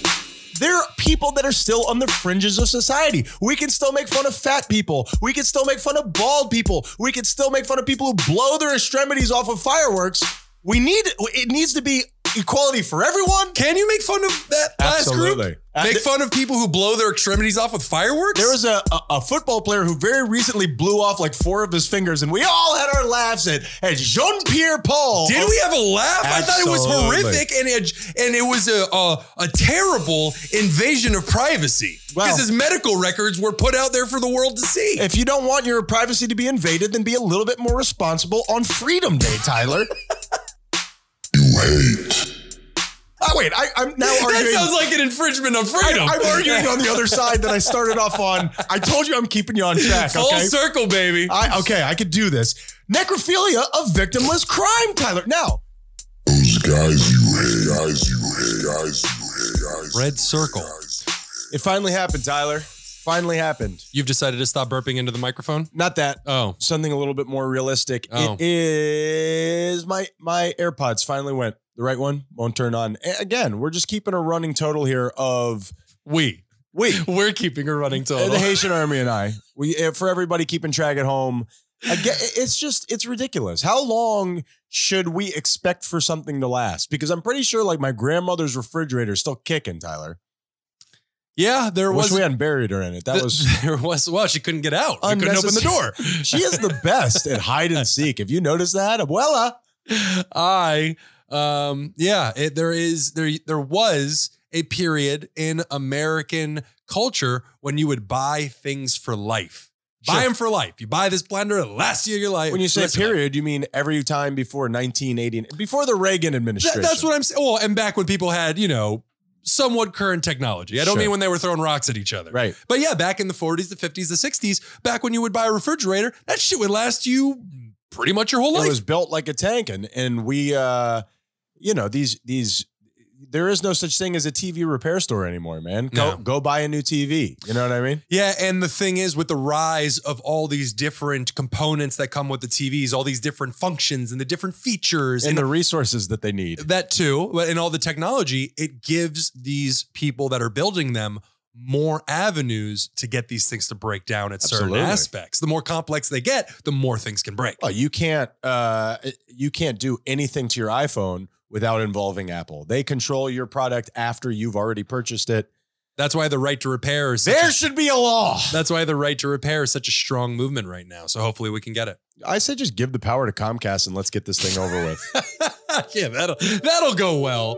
There are people that are still on the fringes of society. We can still make fun of fat people. We can still make fun of bald people. We can still make fun of people who blow their extremities off of fireworks. We need it needs to be equality for everyone.
Can you make fun of that last
Absolutely.
group?
Uh,
Make
th-
fun of people who blow their extremities off with fireworks?
There was a, a, a football player who very recently blew off like four of his fingers, and we all had our laughs at, at Jean Pierre Paul.
Did we have a laugh? I thought it was
Absolutely.
horrific and it, and it was a, a a terrible invasion of privacy
Wow.
because his medical records were put out there for the world to see.
If you don't want your privacy to be invaded, then be a little bit more responsible on Freedom Day, Tyler.
You hate.
oh, wait, I, I'm now
that
arguing.
sounds like an infringement of freedom.
I'm arguing on the other side that I started off on. I told you I'm keeping you on track.
Full
Okay.
circle, baby.
I, okay, I could do this. Necrophilia, a victimless crime, Tyler. Now,
Those guys you hate. Guys you hate. Guys you hate. Guys
Red circle.
it finally happened, Tyler. Finally happened.
You've decided to stop burping into the microphone?
Not that.
Oh.
Something a little bit more realistic.
Oh.
It is my my AirPods finally went. The right one won't turn on. A- Again, we're just keeping a running total here of
We.
We,
We're keeping a running total.
the Haitian Army, and I, we eh, for everybody keeping track at home. I get- it's just it's ridiculous. How long should we expect for something to last? Because I'm pretty sure like my grandmother's refrigerator is still kicking, Tyler.
yeah, there
Wish
was.
we hadn't buried her in it. That
th-
was
there was. Well, she couldn't get out. She couldn't open the door.
She is the best at hide and seek. If you notice that, Abuela.
I um yeah, it, there is there there was a period in American culture when you would buy things for life. Buy
Sure.
them for life. You buy this blender, it lasts you your life.
When you say
Listen,
period, you mean every time before 1980, before the Reagan
that-
administration.
that's what I'm saying. Well, and back when people had, you know, somewhat current technology. I don't
Sure.
mean when they were throwing rocks at each other.
Right.
But yeah, back in the 40s, the 50s, the 60s, back when you would buy a refrigerator, that shit would last you pretty much your whole
It
life.
was built like a tank, and and we, uh, you know, these these. There is no such thing as a TV repair store anymore, man. Go
No.
go buy a new TV. You know what I mean?
Yeah, and the thing is, with the rise of all these different components that come with the TVs, all these different functions and the different features,
And
and,
the resources that they need.
that too, but and all the technology, it gives these people that are building them more avenues to get these things to break down at certain
Absolutely.
aspects. The more complex they get, the more things can break.
Well, you can't uh, you can't do anything to your iPhone without involving Apple. They control your product after you've already purchased it.
That's why the right to repair is such
There
a-
should be a law.
that's why the right to repair is such a strong movement right now. So hopefully we can get it.
I said just give the power to Comcast and let's get this thing over with.
yeah, that'll that'll go well.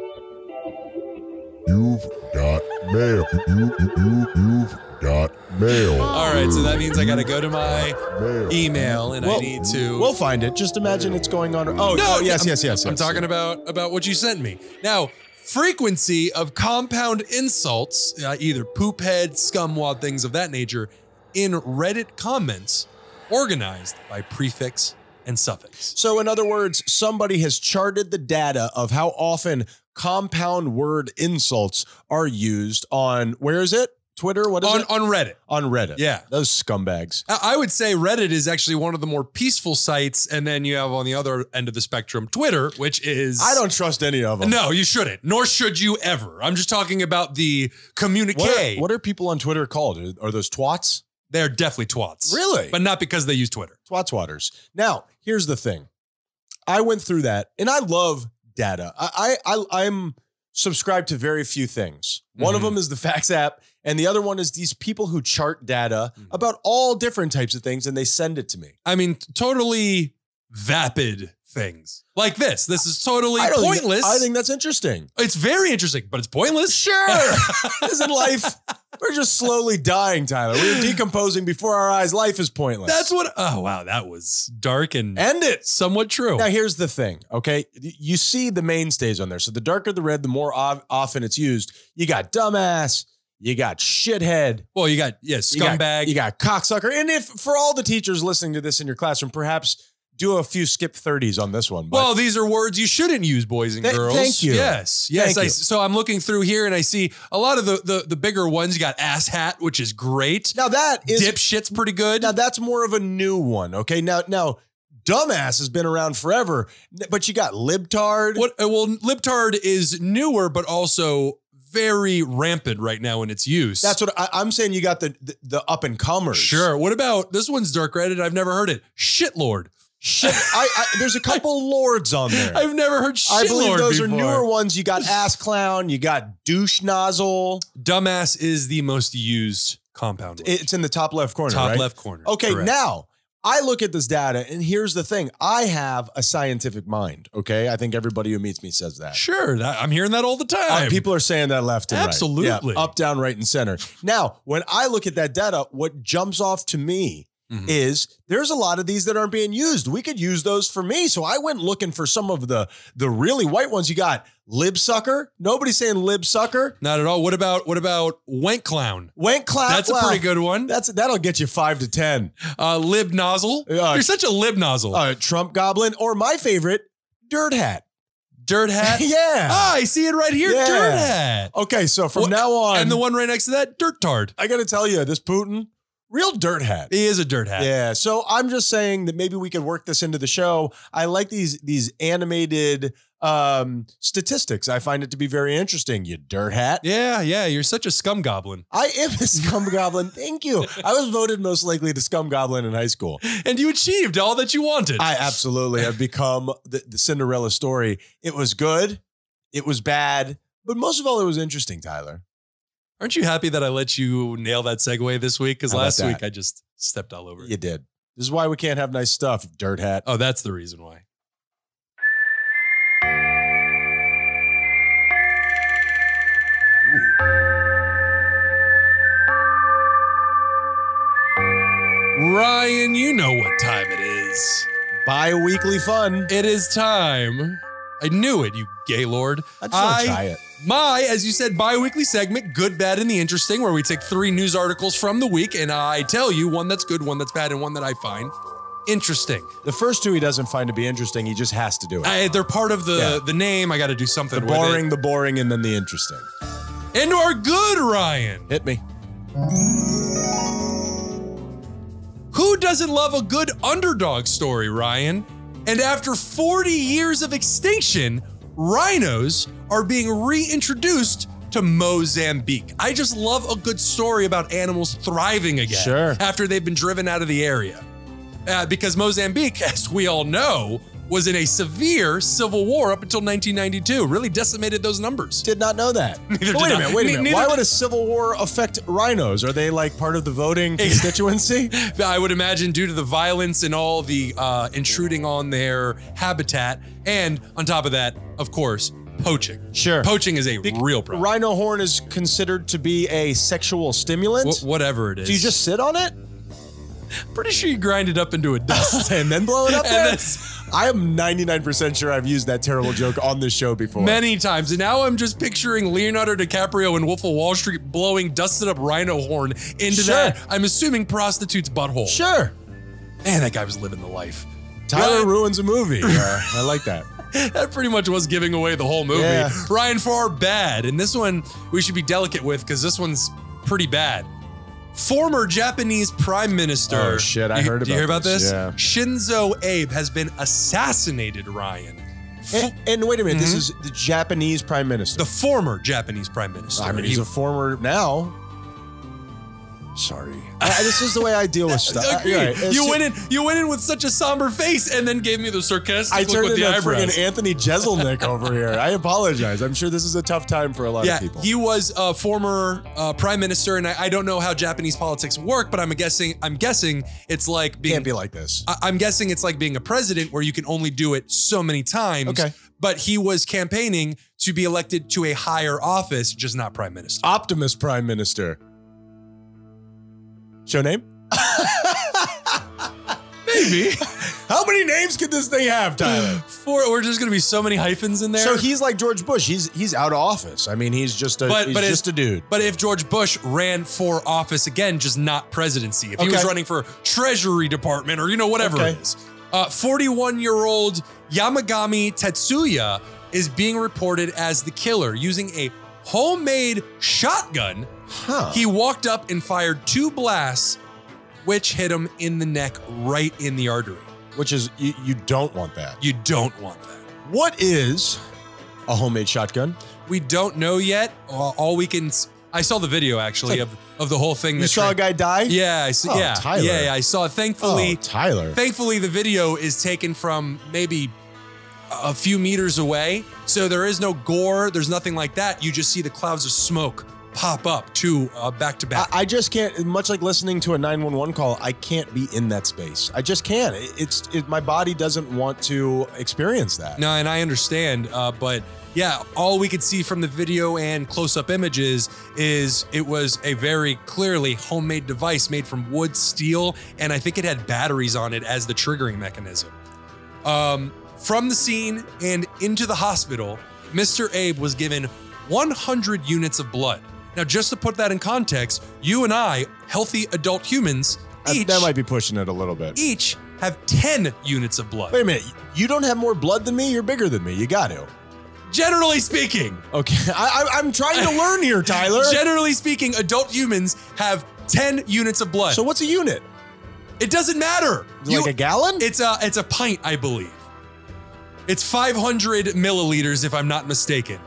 You've got mail. You, you, you, you've got mail.
All right, so that means I gotta go to my
Mail.
email and I need to.
We'll find it. Just imagine it's going on. Oh,
No,
no, yes,
I'm-
yes, yes,
I'm
yes.
talking about about what you sent me now. Frequency of compound insults, uh, either poop head, scumwad, things of that nature, in Reddit comments, organized by prefix and suffix.
So, in other words, somebody has charted the data of how often compound word insults are used on where is it? Twitter? What is
On
it?
on Reddit,
On Reddit.
yeah.
Those scumbags.
I I would say Reddit is actually one of the more peaceful sites, and then you have on the other end of the spectrum Twitter, which is
I don't trust any of them.
No, you shouldn't. Nor should you ever. I'm just talking about the communique.
What are, what are people on Twitter called? Are- Are those twats?
They're definitely twats.
Really?
But not because they use Twitter.
Twats waters. Now, here's the thing. I went through that and I love data. I I, I am subscribed to very few things. One
Mhm.
of them is the Facts app, and the other one is these people who chart data
Mhm.
about all different types of things and they send it to me.
I mean, t- totally vapid things like this. This is totally
I don't think-
pointless.
I think that's interesting.
it's very interesting, but it's pointless.
Sure. Isn't life we're just slowly dying, Tyler. We're decomposing before our eyes. Life is pointless.
That's what. Oh wow, that was dark and
end it.
somewhat true.
Now here's the thing, okay? You see the mainstays on there. So the darker the red, the more ob- often it's used. You got dumbass, you got shithead,
well, you got yeah,
you got-
scumbag.
you got cocksucker. And if for all the teachers listening to this in your classroom, perhaps do a few skip 30s on this one. But
well, these are words you shouldn't use, boys and
Th-
girls.
thank you.
Yes, yes.
Thank
I,
you.
So I'm looking through here, and I see a lot of the the, the bigger ones. You got ass hat, which is great.
now that is
Dipshit's pretty good.
now that's more of a new one, okay? Now now dumbass has been around forever, n- but you got libtard.
What? uh, Well, libtard is newer, but also very rampant right now in its use.
That's what I, I'm saying. You got the the, the up and comers.
sure. What about this one's dark Reddit? I've never heard it. Shitlord.
Shit, I, I, there's a couple lords on there.
I've never heard shitlord.
I believe those are
before.
newer ones. You got ass clown, you got douche nozzle.
Dumbass is the most used compound. word.
It's in the top left corner,
Top
right?
left corner.
Okay,
Correct.
now I look at this data, and here's the thing: I have a scientific mind. Okay, I think everybody who meets me says that.
Sure. That, I'm hearing that all the
Uh,
time.
people are saying that left and right.
Absolutely.
Yeah, up, down, right, and center. Now, when I look at that data, what jumps off to me
Mhm.
is there's a lot of these that aren't being used. We could use those for me. So I went looking for some of the the really white ones. You got lib sucker. Nobody's saying lib sucker.
Not at all. What about what about wank clown?
Wank cloud.
That's a pretty good one.
That's that'll get you five to ten.
Uh, lib nozzle.
Uh,
You're such a lib nozzle.
Uh, Trump goblin or my favorite, dirt hat.
dirt hat.
yeah.
Ah, I see it right here.
Yeah.
Dirt hat.
Okay, so from
What-
now on,
And the one right next to that, dirt tard.
I got to tell you, this Putin, real dirt hat.
He is a dirt hat.
Yeah. So I'm just saying that maybe we could work this into the show. I like these these animated um, statistics. I find it to be very interesting. You dirt hat.
Yeah, yeah, you're such a scum goblin.
I am a scum goblin. Thank you. I was voted most likely to scum goblin in high school.
And you achieved all that you wanted.
I absolutely have become the, the Cinderella story. It was good. It was bad. But most of all, it was interesting, Tyler.
Aren't you happy that I let you nail that segue this week? Because
How about
last
that?
week I just stepped all over it.
You did. This is why we can't have nice stuff, dirt hat.
Oh, that's the reason why. Ryan, you know what time it is.
Bi weekly fun.
It is time. I knew it, you gaylord.
I just want
I-
to try it.
My, as you said, bi weekly segment, Good, Bad, and the Interesting, where we take three news articles from the week and I tell you one that's good, one that's bad, and one that I find interesting.
The first two he doesn't find to be interesting. He just has to do it.
I, they're part of the,
Yeah.
the name. I got to do something
the
with it.
boring, the boring, and then the interesting.
And our good Ryan.
Hit me.
Who doesn't love a good underdog story, Ryan? And after 40 years of extinction, rhinos are being reintroduced to Mozambique. I just love a good story about animals thriving again
Sure.
after they've been driven out of the area. Uh, because Mozambique, as we all know, was in a severe civil war up until 1992, really decimated those numbers.
Did not know that.
Neither
But wait
did
a
I.
minute, wait a
Ne-
minute.
neither
Why
did-
would a civil war affect rhinos? Are they like part of the voting constituency?
I would imagine due to the violence and all the uh, intruding on their habitat, and on top of that, of course, poaching.
Sure.
Poaching is a real problem.
Rhino horn is considered to be a sexual stimulant.
Wh- whatever it is,
Do you just sit on it
pretty sure you grind it up into a dust.
and then blow it up
And
there?
that's-
I am 99% sure I've used that terrible joke on this show before.
Many times. And now I'm just picturing Leonardo DiCaprio and Wolf of Wall Street blowing dusted up rhino horn into
Sure.
that, I'm assuming, prostitute's butthole.
Sure.
Man, that guy was living the life.
Tyler
Ryan-
ruins a movie. Yeah, I like that.
that pretty much was giving away the whole movie.
Yeah.
Ryan, for our bad, and this one we should be delicate with because this one's pretty bad. Former Japanese Prime Minister.
Oh, shit, I
Do you-
heard
do you hear
about
about this?
this, yeah.
Shinzo Abe has been assassinated. Ryan,
And, and wait a minute, this is the Japanese prime minister.
Mm-hmm. the former Japanese Prime Minister.
I mean,
He-
he's a former now. Sorry. I- this is the way I deal with stuff. I-
Agreed.
you're right. uh, It's-
You went in. You went in with such a somber face, and then gave me the sarcastic
I
look
turned
with
into
the eyebrows.
friggin' Anthony Jeselnik over here. I apologize. I'm sure this is a tough time for a lot
yeah,
of people.
he was a former uh, prime minister, and I, I don't know how Japanese politics work, but I'm guessing. I'm guessing it's like being
can't be like this.
I- I'm guessing it's like being a president where you can only do it so many times.
Okay.
But he was campaigning to be elected to a higher office, just not prime minister.
Optimus Prime Minister. Show name?
Maybe.
How many names could this thing have, Tyler?
For we're just gonna be so many hyphens in there.
So he's like George Bush. He's he's out of office. I mean, he's just a
But-
he's
but it's-
just a dude.
but if George Bush ran for office again, just not presidency, if he was
Okay.
running for Treasury Department or you know whatever
Okay.
it is, uh, 41-year-old Yamagami Tetsuya is being reported as the killer using a homemade shotgun
Huh.
He walked up and fired two blasts, which hit him in the neck, right in the artery.
Which is you, you don't want that.
You don't want that.
What is a homemade shotgun?
We don't know yet. Uh, all we can. s- I saw the video actually of, of the whole thing.
You
that
saw a
tra-
guy die?
Yeah, I saw,
Oh,
yeah,
Tyler.
yeah, yeah. I saw.
Oh,
Thankfully,
Tyler.
thankfully, the video is taken from maybe a few meters away, so there is no gore. There's nothing like that. You just see the clouds of smoke pop up two uh, back to
I,
back.
I just can't. Much like listening to a nine one one call, I can't be in that space. I just can't. It- it's it, my body doesn't want to experience that.
No, and I understand, uh, but yeah, all we could see from the video and close-up images is it was a very clearly homemade device made from wood, steel, and I think it had batteries on it as the triggering mechanism. Um, from the scene and into the hospital, Mr. Abe was given 100 units of blood. Now, just to put that in context, you and I, healthy adult humans,
Uh,
each,
that might be pushing it a little bit.
each have 10 units of blood.
Wait a minute. You don't have more blood than me. You're bigger than me. You got to.
Generally speaking,
Okay. I, I, I'm trying to learn here, Tyler.
Generally speaking, adult humans have 10 units of blood.
so what's a unit?
it doesn't matter.
Like
You-
a gallon?
it's a it's a pint, I believe. It's 500 milliliters, if I'm not mistaken.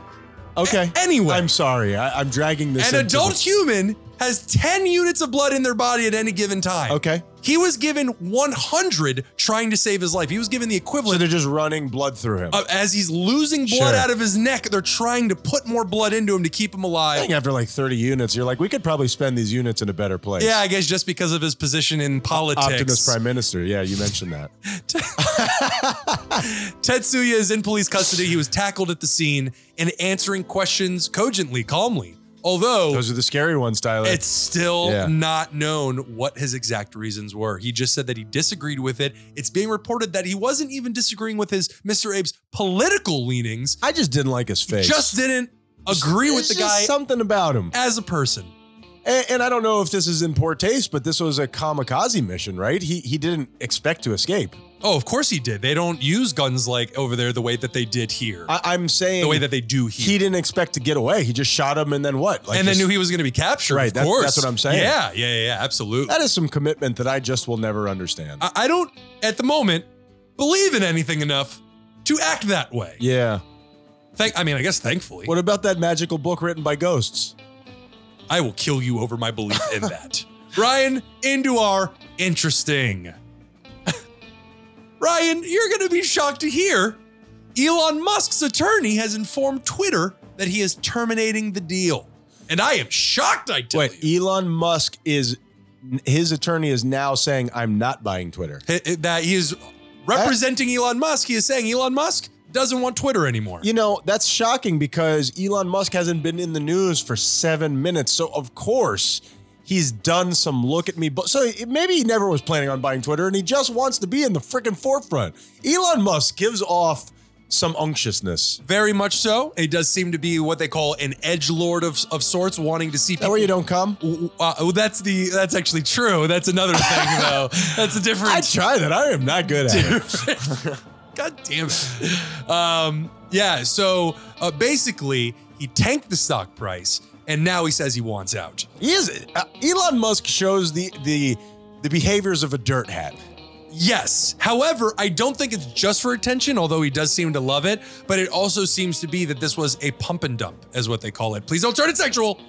Okay.
Anyway,
I'm sorry. I, I'm dragging this.
an
into
adult
the-
human has 10 units of blood in their body at any given time.
okay.
He was given 100 trying to save his life. He was given the
So
equivalent
they're just running blood through him.
of as he's losing blood
Sure.
out of his neck. They're trying to put more blood into him to keep him
I
alive.
think after like 30 units, you're like, we could probably spend these units in a better place.
Yeah, I guess just because of his position in politics.
Optimus Prime Minister. Yeah, you mentioned that.
Tetsuya is in police custody. He was tackled at the scene and answering questions cogently, calmly. Although
Those are the scary ones, Tyler.
It's still
Yeah.
not known what his exact reasons were. He just said that he disagreed with it. It's being reported that he wasn't even disagreeing with his Mr. Abe's political leanings,
I just didn't like his face.
just didn't agree with
It's
the
just
guy
Something about him.
as a person.
And, and I don't know if this is in poor taste, but this was a kamikaze mission, right? He he didn't expect to escape.
Oh, of course he did. They don't use guns like over there the way that they did here,
I, I'm saying
the way that they do
he
here.
didn't expect to get away. He just shot him and then what? Like
and then
just-
knew he was going to be captured.
Right,
Of
that-
course.
that's what I'm saying.
Yeah. Yeah. Yeah. yeah, Absolutely.
that is some commitment that I just will never understand.
I, I don't, at the moment, believe in anything enough to act that way.
yeah.
Thank, I mean, I guess thankfully.
What about that magical book written by ghosts?
I will kill you over my belief in that. Ryan, into our interesting. Ryan, you're going to be shocked to hear Elon Musk's attorney has informed Twitter that he is terminating the deal. And I am shocked, I tell
Wait,
you.
Elon Musk is his attorney is now saying I'm not buying Twitter.
h- h- That he is representing Elon Musk. He is saying Elon Musk doesn't want Twitter anymore.
You know, that's shocking because Elon Musk hasn't been in the news for 7 minutes. So of course, he's done some look at me but so it- maybe he never was planning on buying Twitter and he just wants to be in the freaking forefront. Elon Musk gives off some unctiousness.
Very much so. It does seem to be what they call an edge lord of, of sorts, wanting to see
Is that
people
where you don't come?
Well, uh, well, that's the that's actually true. That's another thing though. That's a
I
different.
try that. I am not good at it.
God damn it. Um, yeah. So uh, basically, he tanked the stock price, and now he says he wants out.
He is uh, Elon Musk shows the the the behaviors of a dirt hat.
Yes. However, I don't think it's just for attention, although he does seem to love it. But it also seems to be that this was a pump and dump, is what they call it. Please don't turn it sexual.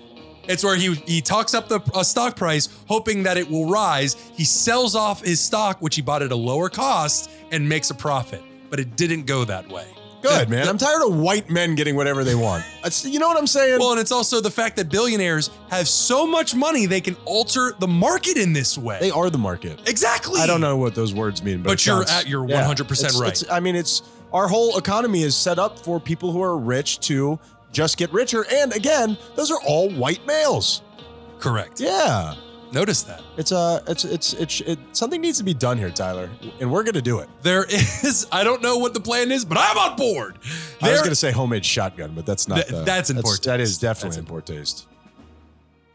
It's where he he talks up the uh, stock price, hoping that it will rise. He sells off his stock, which he bought at a lower cost, and makes a profit. But it didn't go that way.
Good, man. I'm tired of white men getting whatever they want. That's, you know what I'm saying?
Well, and it's also the fact that billionaires have so much money they can alter the market in this way.
they are the market.
exactly.
I don't know what those words mean, but,
But
it
you're
sounds-
at- you're
yeah.
100%
It's-
right.
it's- I mean, it's our whole economy is set up for people who are rich to just get richer. And again, those are all white males.
Correct.
Yeah,
Notice that.
it's uh, it's it's it's it, something needs to be done here, Tyler, and we're gonna do it.
There is, I don't know what the plan is, but I'm on board.
I was
There-
gonna say homemade shotgun, but that's not.
Th-
the-
that's in poor
That
taste.
is definitely
That's in
in poor taste.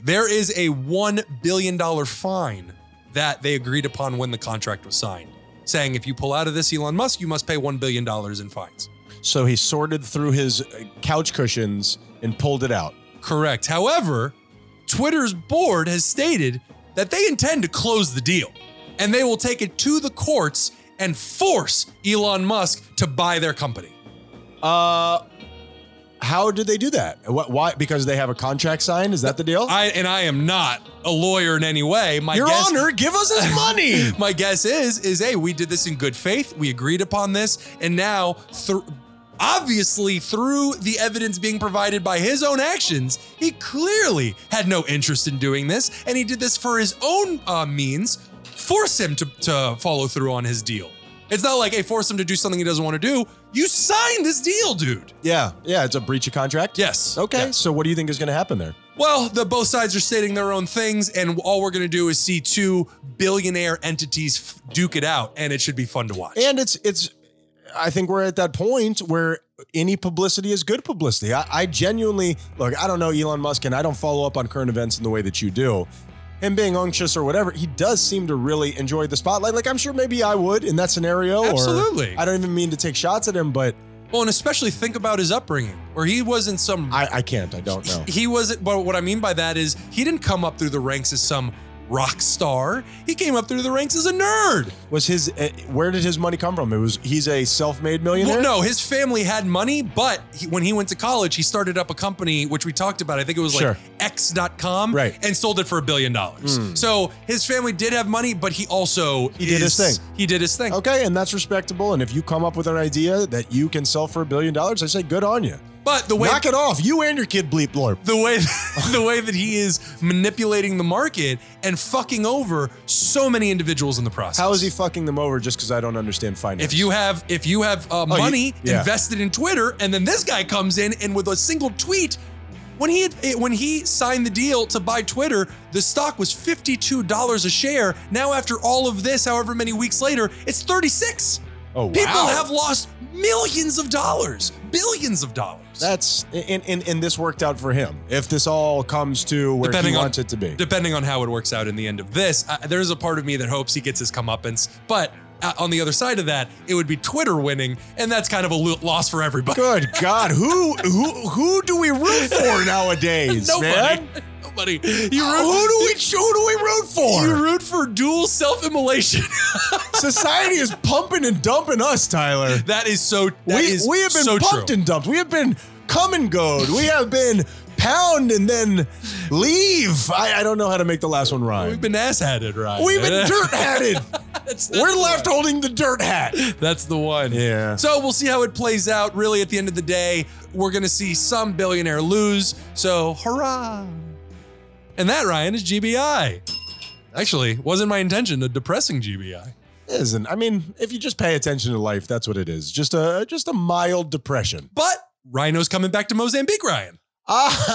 there is a $1 billion fine that they agreed upon when the contract was signed, saying if you pull out of this, Elon Musk, you must pay $1 billion in fines.
So he sorted through his uh, couch cushions and pulled it out.
Correct. However, Twitter's board has stated that they intend to close the deal and they will take it to the courts and force Elon Musk to buy their company.
Uh, how did they do that? What? Why? Because they have a contract signed. Is that the deal?
I and I am not a lawyer in any way. My
Your
guess-
Honor, give us his money.
My guess is is hey, we did this in good faith. We agreed upon this, and now thr obviously through the evidence being provided by his own actions, he clearly had no interest in doing this, and he did this for his own uh, means. Force him to to follow through on his deal. It's not like hey, force him to do something he doesn't want to do. You signed this deal, dude.
yeah, yeah, it's a breach of contract.
Yes.
Okay.
Yes.
So what do you think is going to happen there?
Well, the both sides are stating their own things, and all we're gonna do is see two billionaire entities f- duke it out, and it should be fun to watch.
And it's it's. I think we're at that point where any publicity is good publicity. I, I genuinely look. I don't know Elon Musk, and I don't follow up on current events in the way that you do. Him being anxious or whatever, he does seem to really enjoy the spotlight. Like I'm sure maybe I would in that scenario. or-
Absolutely.
I don't even mean to take shots at him, but
Well, and especially think about his upbringing, where he wasn't some.
I, I can't. I don't know.
He wasn't. But what I mean by that is he didn't come up through the ranks as some rock star. He came up through the ranks as a nerd.
Was his uh, where did his money come from? It was he's a self-made millionaire.
Well, no, his family had money, but he, when he went to college, he started up a company, which we talked about. I think it was
Sure.
like X.com
Right. Hmm.
and sold it for a billion dollars. So his family did have money, but he also
He did his
is-
thing.
He did his thing.
Okay, and that's respectable. And if you come up with an idea that you can sell for a billion dollars, I say good on you.
But the way
Knock it off, you and your kid bleep blorp.
the way the way that he is manipulating the market and fucking over so many individuals in the process.
How is he fucking them over just because I don't understand finance?
If you have if you have
Oh,
uh,
you-
money
yeah.
invested in Twitter, and then this guy comes in and with a single tweet, when he had, eh, when he signed the deal to buy Twitter, the stock was fifty two dollars a share. Now after all of this, however many weeks later, it's thirty six.
oh, wow.
People have lost millions of dollars, billions of dollars,
that's and, and and this worked out for him. If this all comes to where
Depending
he
on-
wants it to be,
depending on how it works out in the end of this. Uh, there's a part of me that hopes he gets his comeuppance, but. Uh, on the other side of that, it would be Twitter winning, and that's kind of a lo- loss for everybody.
Good God, who who who do we root for nowadays,
Nobody.
man?
Nobody. You root,
Who do we who do we root
You
for?
root for dual self-immolation.
Society is pumping and dumping us, Tyler.
that is so. that
We
is
we have been
so
pumped
true.
and dumped. We have been come and go. We have been pound and then leave. I, I don't know how to make the last one
We've
rhyme.
been ass-hatted, right?
We've been dirt hatted.
That's- that's
We're
the
left
one.
holding the dirt hat.
That's the one.
Yeah.
So we'll see how it plays out. Really, at the end of the day, we're gonna see some billionaire lose. So hurrah! And that Ryan is GBI. Actually, wasn't my intention a depressing GBI.
Isn't I mean, if you just pay attention to life, that's what it is. Just a just a mild depression.
But Rhino's coming back to Mozambique, Ryan.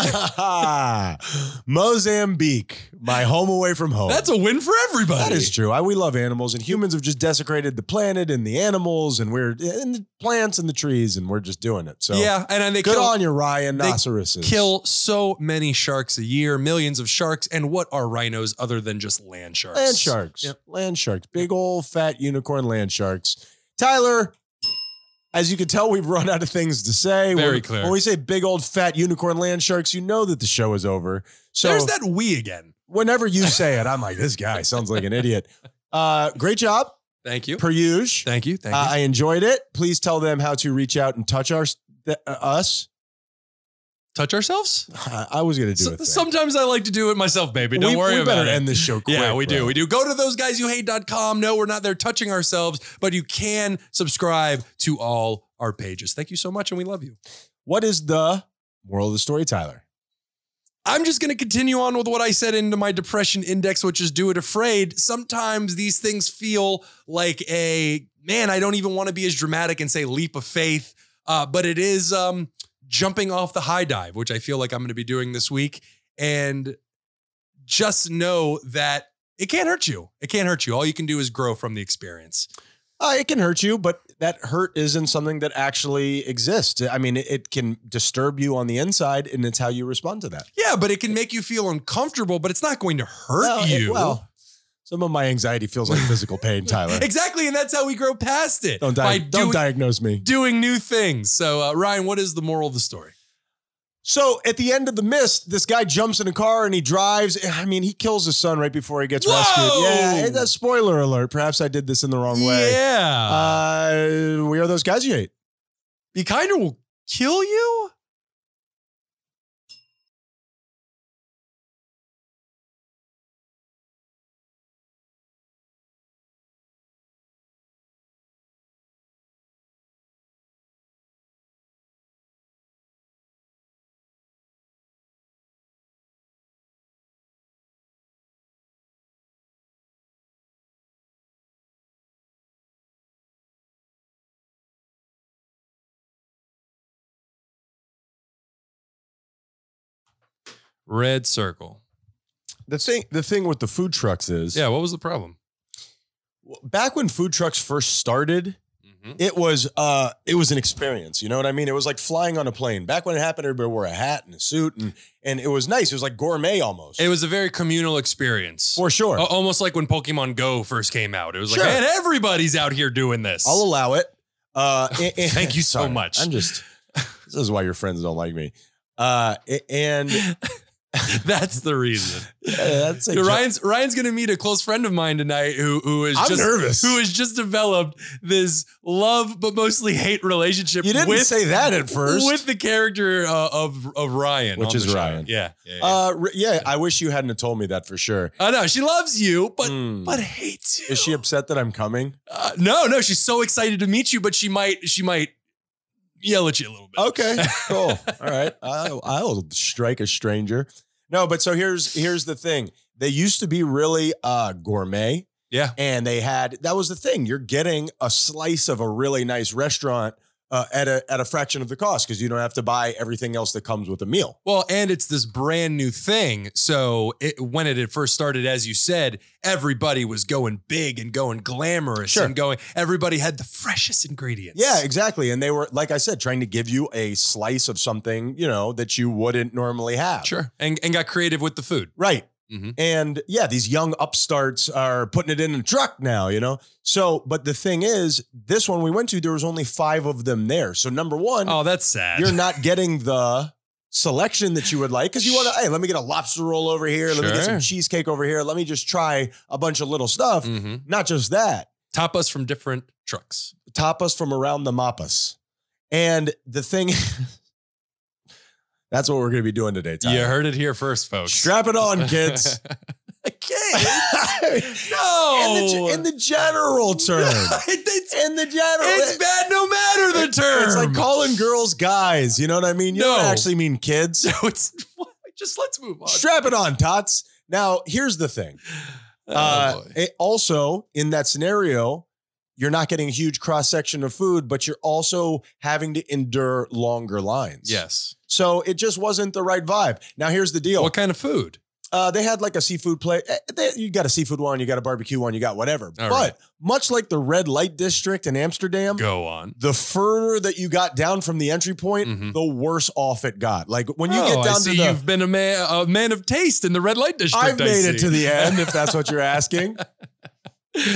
Ah, Mozambique, my home away from home.
That's a win for everybody.
that is true. I, we love animals, and humans have just desecrated the planet and the animals, and we're and the plants and the trees, and we're just doing it. So
Yeah, and, and they
good
kill,
on you, rhinoceroses.
kill so many sharks a year, millions of sharks. And what are rhinos other than just land sharks?
land sharks,
Yep.
land sharks, big old fat unicorn land sharks. Tyler, as you can tell, we've run out of things to say.
Very
when,
clear.
When we say big old fat unicorn land sharks, you know that the show is over. So
There's that we again.
whenever you say it, I'm like, this guy sounds like an idiot. Uh, great job,
Thank you.
per usual.
Thank you. Thank
Uh,
you.
I enjoyed it. Please tell them how to reach out and touch our, th- uh, us.
Touch ourselves?
I I was gonna do
So-
it.
sometimes I like to do it myself, baby. Don't
we,
worry
we
about
better
it.
end this show quick.
yeah, we do.
bro.
We do. Go to thoseguysyouhate.com. No, we're not there touching ourselves, but you can subscribe to all our pages. Thank you so much, and we love you.
What is the moral of the story, Tyler?
I'm just going to continue on with what I said into my depression index, which is do it afraid. Sometimes these things feel like a man, I don't even want to be as dramatic and say leap of faith, uh, but it is um, jumping off the high dive, which I feel like I'm going to be doing this week. And just know that it can't hurt you. It can't hurt you. All you can do is grow from the experience.
Uh, it can hurt you, but that hurt isn't something that actually exists. I mean, it, it can disturb you on the inside, and it's how you respond to that.
Yeah, but it can make you feel uncomfortable, but it's not going to hurt
Well, it-
you.
well, some of my anxiety feels like physical pain, Tyler.
exactly. And that's how we grow past it.
Don't,
By
di- don't
doing-
diagnose me.
doing new things. So, uh, Ryan, what is the moral of the story?
So at the end of the mist, this guy jumps in a car and he drives. I mean, he kills his son right before he gets
Whoa!
rescued. Yeah, and, uh, spoiler alert. Perhaps I did this in the wrong way.
Yeah.
Uh, we are those guys you hate.
be kinder will kill you? Red circle.
The thing, the thing with the food trucks is,
Yeah, what was the problem?
back when food trucks first started,
Mm-hmm.
it was uh it was an experience you know what i mean it was like flying on a plane back when it happened everybody wore a hat and a suit and and it was nice it was like gourmet almost
It was a very communal experience.
for sure
A- Almost like when Pokemon Go first came out. It was
Sure.
like, man, everybody's out here doing this.
i'll allow it uh and- and-
Thank you so much.
i'm just this is why your friends don't like me uh a- and
That's the reason.
Yeah, that's a
Dude,
jo-
Ryan's Ryan's gonna meet a close friend of mine tonight who who is
I'm
just
nervous.
who has just developed this love but mostly hate relationship
You didn't
with
say that at first.
with the character uh, of of Ryan,
Which
on
is
the show.
Ryan.
Yeah, yeah, yeah.
uh, re- yeah, I wish you hadn't have told me that for sure.
I know she loves you, but
Hmm.
but hates you.
is she upset that I'm coming?
Uh, no, no, she's so excited to meet you, but she might she might yell at you a little bit.
Okay, cool. All right, I'll, I'll strike a stranger. No, but so here's here's the thing. They used to be really uh, gourmet.
Yeah.
and they had that was the thing. You're getting a slice of a really nice restaurant uh, at a at a fraction of the cost because you don't have to buy everything else that comes with a meal.
Well, and it's this brand new thing. So it, when it had first started, as you said, everybody was going big and going glamorous
Sure.
and going. Everybody had the freshest ingredients.
Yeah, exactly. And they were, like I said, trying to give you a slice of something, you know, that you wouldn't normally have.
sure. And and got creative with the food.
Right.
Mhm.
And yeah, these young upstarts are putting it in a truck now, you know? So, but the thing is, this one we went to, there was only five of them there. So, number one,
Oh, that's sad.
you're not getting the selection that you would like because you want to, hey, let me get a lobster roll over here. Let me get
Sure.
some cheesecake over here. Let me just try a bunch of little stuff.
Mhm.
Not just that,
Top us from different trucks.
tapas from around the mapas. And the thing, that's what we're going to be doing today,
You
Tyler.
heard it here first, folks.
Strap it on, kids.
okay.
In,
No.
the, in the general term.
Oh. it's,
In the general.
it's bad no matter the term.
It's like calling girls guys. You know what I mean? You don't
No.
actually mean kids.
So it's just let's move on.
Strap it on, tots. Now, here's the thing.
Oh,
Uh,
boy.
it- also, in that scenario, you're not getting a huge cross section of food, but you're also having to endure longer lines.
yes.
So it just wasn't the right vibe. Now, here's the deal.
What kind of food?
Uh, they had like a seafood plate. Eh, they- You got a seafood one, you got a barbecue one, you got whatever. but
right.
much like the red light district in Amsterdam,
Go on.
the further that you got down from the entry point,
Mhm.
the worse off it got. Like when you
Oh,
get
I
down
see
to the,
you've been a man, a man of taste in the red light district.
I've
I
made it
see.
to the end, if that's what you're asking.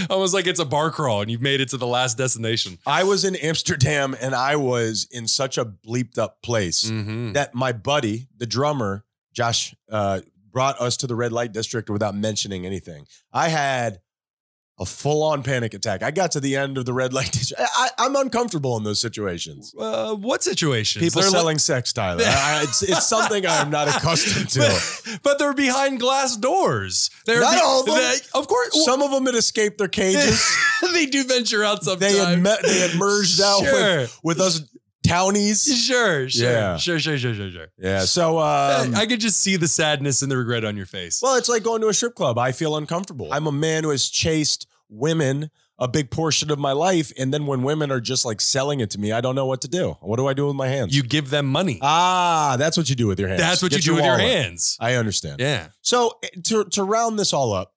Almost like it's a bar crawl, and you've made it to the last destination.
I was in Amsterdam and I was in such a bleeped up place
Mm. Mm-hmm.
that my buddy, the drummer, Josh, uh, brought us to the red light district without mentioning anything. I had a full on panic attack. I got to the end of the red light district. I, I, I'm uncomfortable in those situations.
Uh, what situation?
People selling sex, Tyler. I- I- it's, it's something I'm not accustomed to.
but, but they're behind glass doors. They're
Not
be-
all of them.
they- of course,
Some of them had escaped their cages.
they do venture out sometimes.
They had, met, they had merged out
Sure.
with, with us townies.
Sure, sure,
Yeah.
sure, sure, sure, sure, sure.
Yeah. So um,
I could just see the sadness and the regret on your face.
Well, it's like going to a strip club. I feel uncomfortable. I'm a man who has chased women a big portion of my life. And then when women are just like selling it to me, I don't know what to do. What do I do with my hands?
you give them money.
ah, that's what you do with your hands.
That's what
Get
you do with your
wallet.
hands.
I understand.
Yeah.
So eh, to, to round this all up,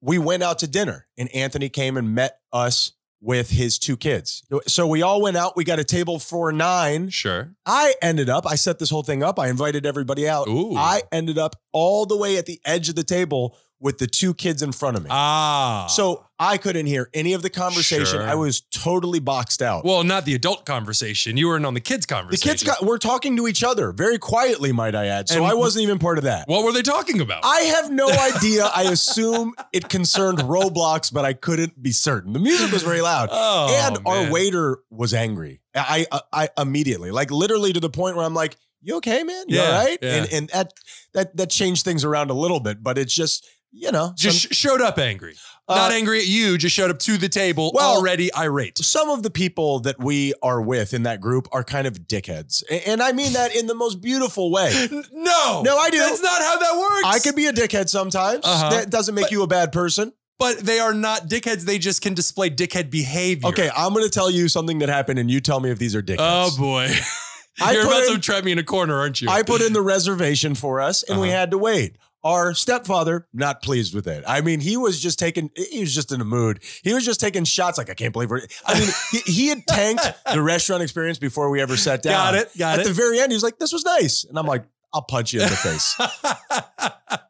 we went out to dinner and Anthony came and met us with his two kids. So we all went out. We got a table for nine.
Sure.
I ended up, I set this whole thing up. I invited everybody out.
Ooh.
I ended up all the way at the edge of the table with the two kids in front of me.
Ah.
so I couldn't hear any of the conversation.
Sure.
I was totally boxed out.
well, not the adult conversation. You weren't on the kids'
the
conversation.
kids got, were talking to each other very quietly, might I add. So
And-
I wasn't even part of that.
What were they talking about?
I have no idea. I assume it concerned Roblox, but I couldn't be certain. The music was very loud.
oh,
and our
man.
waiter was angry. I, uh, I I immediately, like literally to the point where I'm like, "You okay, man? You
Yeah,
all right?"
yeah.
And and that that that changed things around a little bit, but it's just you know,
just
some,
sh- showed up angry.
uh,
not angry at you. Just showed up to the table
Well-
already irate.
some of the people that we are with in that group are kind of dickheads, A- and, I mean that in the most beautiful way.
N- No.
No, I do.
That's not how that works.
I could be a dickhead sometimes.
Uh-huh.
That doesn't make
But-
you a bad person.
But they are not dickheads. They just can display dickhead behavior.
Okay, I'm going to tell you something that happened, and you tell me if these are dickheads.
Oh boy.
I
You're
put
about
in-
to trap me in a corner, aren't you?
I put in the reservation for us and we
Uh-huh.
had to wait. Our stepfather, not pleased with it. I mean, he was just taking, he was just in a mood. He was just taking shots like, I can't believe we're, I mean, he, he had tanked the restaurant experience before we ever sat down.
Got it. Got
At
it.
the very end, he was like, this was nice. And I'm like, I'll punch you in the face.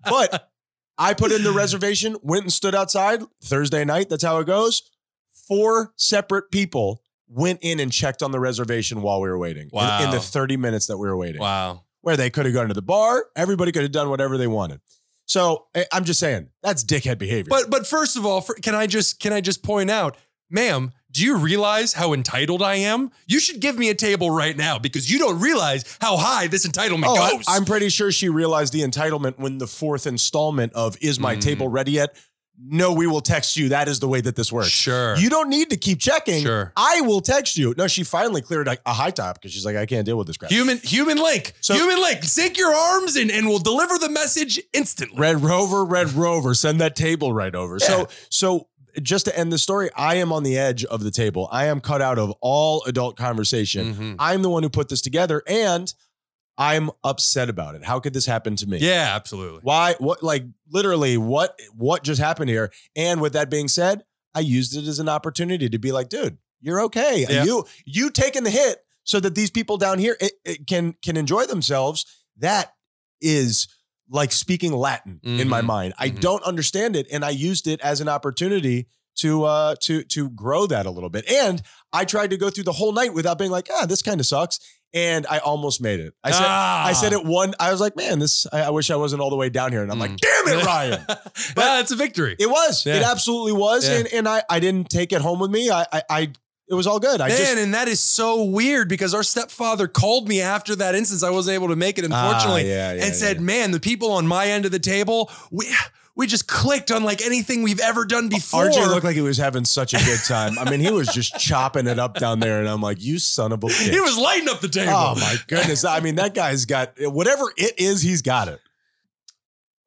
But I put in the reservation, went and stood outside Thursday night. That's how it goes. Four separate people went in and checked on the reservation while we were waiting in- in
Wow.
the 30 minutes that we were waiting.
wow.
where they could have gone to the bar. Everybody could have done whatever they wanted. So I- I'm just saying that's dickhead behavior.
But but first of all, for, can I just can I just point out, ma'am, do you realize how entitled I am? You should give me a table right now because you don't realize how high this entitlement
Oh,
goes.
I, am pretty sure she realized the entitlement when the fourth installment of Is My
Mm.
Table Ready Yet? No, we will text you. That is the way that this works.
sure.
You don't need to keep checking.
Sure.
I will text you. No, she finally cleared a, a high top because she's like, I can't deal with this crap.
Human human link.
So-
human link. Sink your arms and, and we'll deliver the message instantly.
Red Rover, Red Rover, send that table right over. So, so just to end the story, I am on the edge of the table. I am cut out of all adult conversation.
Mhm.
I'm the one who put this together, and I'm upset about it. How could this happen to me?
Yeah, absolutely.
Why? What? Like literally, what? What just happened here? And with that being said, I used it as an opportunity to be like, dude, you're okay.
Yeah.
You you taking the hit so that these people down here it, it can can enjoy themselves. That is like speaking Latin in my
Mhm.
mind. I
Mhm.
don't understand it, and I used it as an opportunity to uh to to grow that a little bit. And I tried to go through the whole night without being like, ah, this kind of sucks. And I almost made it. I said, I said
Ah.
it one. I was like, man, this. I, I wish I wasn't all the way down here. And I'm like, damn it, Ryan.
But it's Ah, a victory.
It was. It
Mm. Yeah.
absolutely was.
Yeah.
And and I I didn't take it home with me. I I, I it was all good. I
Man,
just
and that is so weird because our stepfather called me after that instance. I wasn't able to make it, unfortunately.
Ah, yeah, yeah,
and said,
yeah.
"Man, the people on my end of the table, we we just clicked on like anything we've ever done before."
RJ looked like he was having such a good time. I mean, he was just chopping it up down there, and I'm like, you son of a bitch.
he was lighting up the table.
oh my goodness. I mean, that guy's got whatever it is. He's got it.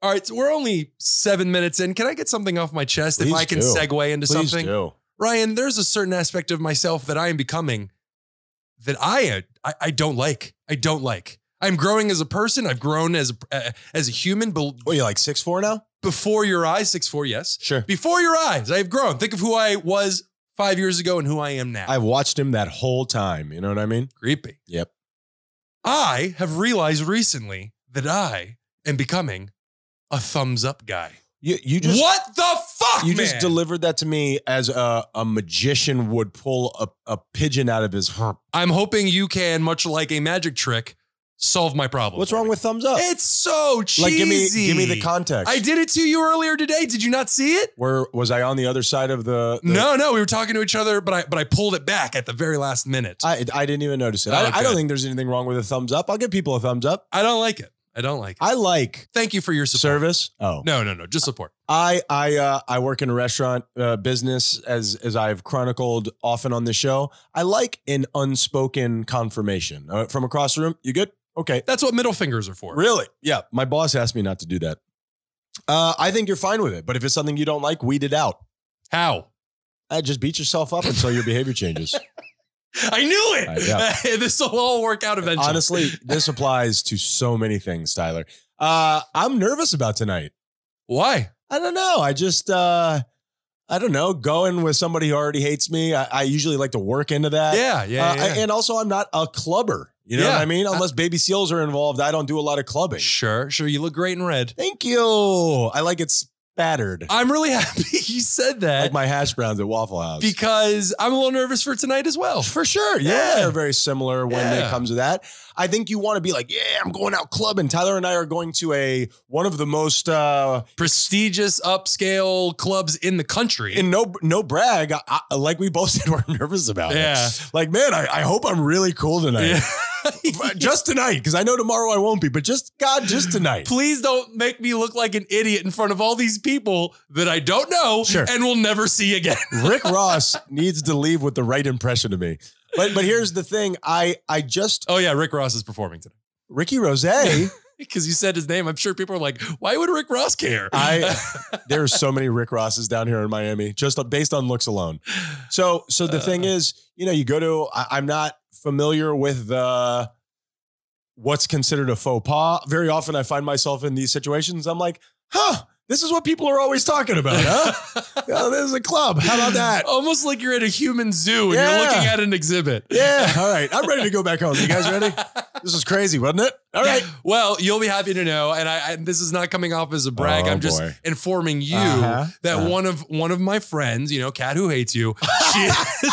All right, so we're only seven minutes in. Can I get something off my chest
Please
if I can
do.
segue into
Please
something?
do.
Ryan, there's a certain aspect of myself that I am becoming that I uh, I, I don't like. I don't like. I'm growing as a person. I've grown as a, uh, as a human. But
What are you like six four now?
before your eyes, six four, yes.
Sure.
Before your eyes, I've grown. Think of who I was five years ago and who I am now.
I've watched him that whole time. You know what I mean?
creepy.
Yep.
I have realized recently that I am becoming a thumbs up guy.
You you just
what the fuck,
You
Oh, man?
just delivered that to me as a, a magician would pull a, a pigeon out of his.
I'm hoping you can, much like a magic trick, solve my problem.
What's
for
wrong
me.
with thumbs up?
It's so cheesy.
like give me give me the context.
I did it to you earlier today. Did you not see it?
Where was I on the other side of the? the-
no, no. We were talking to each other, but I but I pulled it back at the very last minute. I,
I I didn't even notice it.
Oh,
I, I don't
good.
think there's anything wrong with a thumbs up. I'll give people a thumbs up.
don't like it. I don't like it.
I like
Thank you for your support.
service. Oh,
No, no, no. Just support.
I I uh, I work in a restaurant uh, business as as I've chronicled often on this show. I like an unspoken confirmation uh, from across the room. You good? Okay,
That's what middle fingers are for.
Really? Yeah. My boss asked me not to do that. Uh, I think you're fine with it, but if it's something you don't like, weed it out.
How?
Uh, just beat yourself up until your behavior changes.
I knew it.
I know.
this will all work out eventually.
Honestly, this applies to so many things, Tyler. Uh, I'm nervous about tonight.
why?
I don't know. I just, uh, I don't know. Going with somebody who already hates me, I, I usually like to work into that.
yeah, yeah,
Uh,
yeah.
and also, I'm not a clubber. You know
Yeah.
what I mean? Unless baby seals are involved, I don't do a lot of clubbing.
sure, sure. You look great in red.
Thank you. I like it spattered,
I'm really happy you said
like
that
my hash browns at Waffle House.
because I'm a little nervous for tonight as well.
For sure. Yeah.
Yeah.
They're very similar when it
Yeah.
comes to that. I think you want to be like, yeah, I'm going out clubbing. Tyler and I are going to a one of the most uh
Prestigious upscale clubs in the country.
and no no brag, I, I- like we both said we're nervous about
Yeah.
it. Like, man, I, I hope I'm really cool tonight. just tonight, because I know tomorrow I won't be, but just God, just tonight.
Please don't make me look like an idiot in front of all these people that I don't know
Sure.
and will never see again.
Rick Ross needs to leave with the right impression of me. But but here's the thing. I I just
Oh yeah, Rick Ross is performing tonight.
Ricky Rose, I
Because you said his name, I'm sure people are like, "Why would Rick Ross care?"
there are so many Rick Rosses down here in Miami, just based on looks alone. So, so the thing is, you know, you go to, I, I'm not familiar with the, what's considered a faux pas. Very often I find myself in these situations. I'm like, huh, this is what people are always talking about, huh? oh, this is a club. How about that?
Almost like you're at a human zoo and
Yeah.
you're looking at an exhibit.
Yeah. All right. I'm ready to go back home. You guys ready? This is crazy, wasn't it? All right.
Well, you'll be happy to know, and I, I this is not coming off as a brag.
Oh,
I'm just
boy.
informing you
Uh-huh.
that
Uh-huh.
one of one of my friends, you know, Cat who hates you, she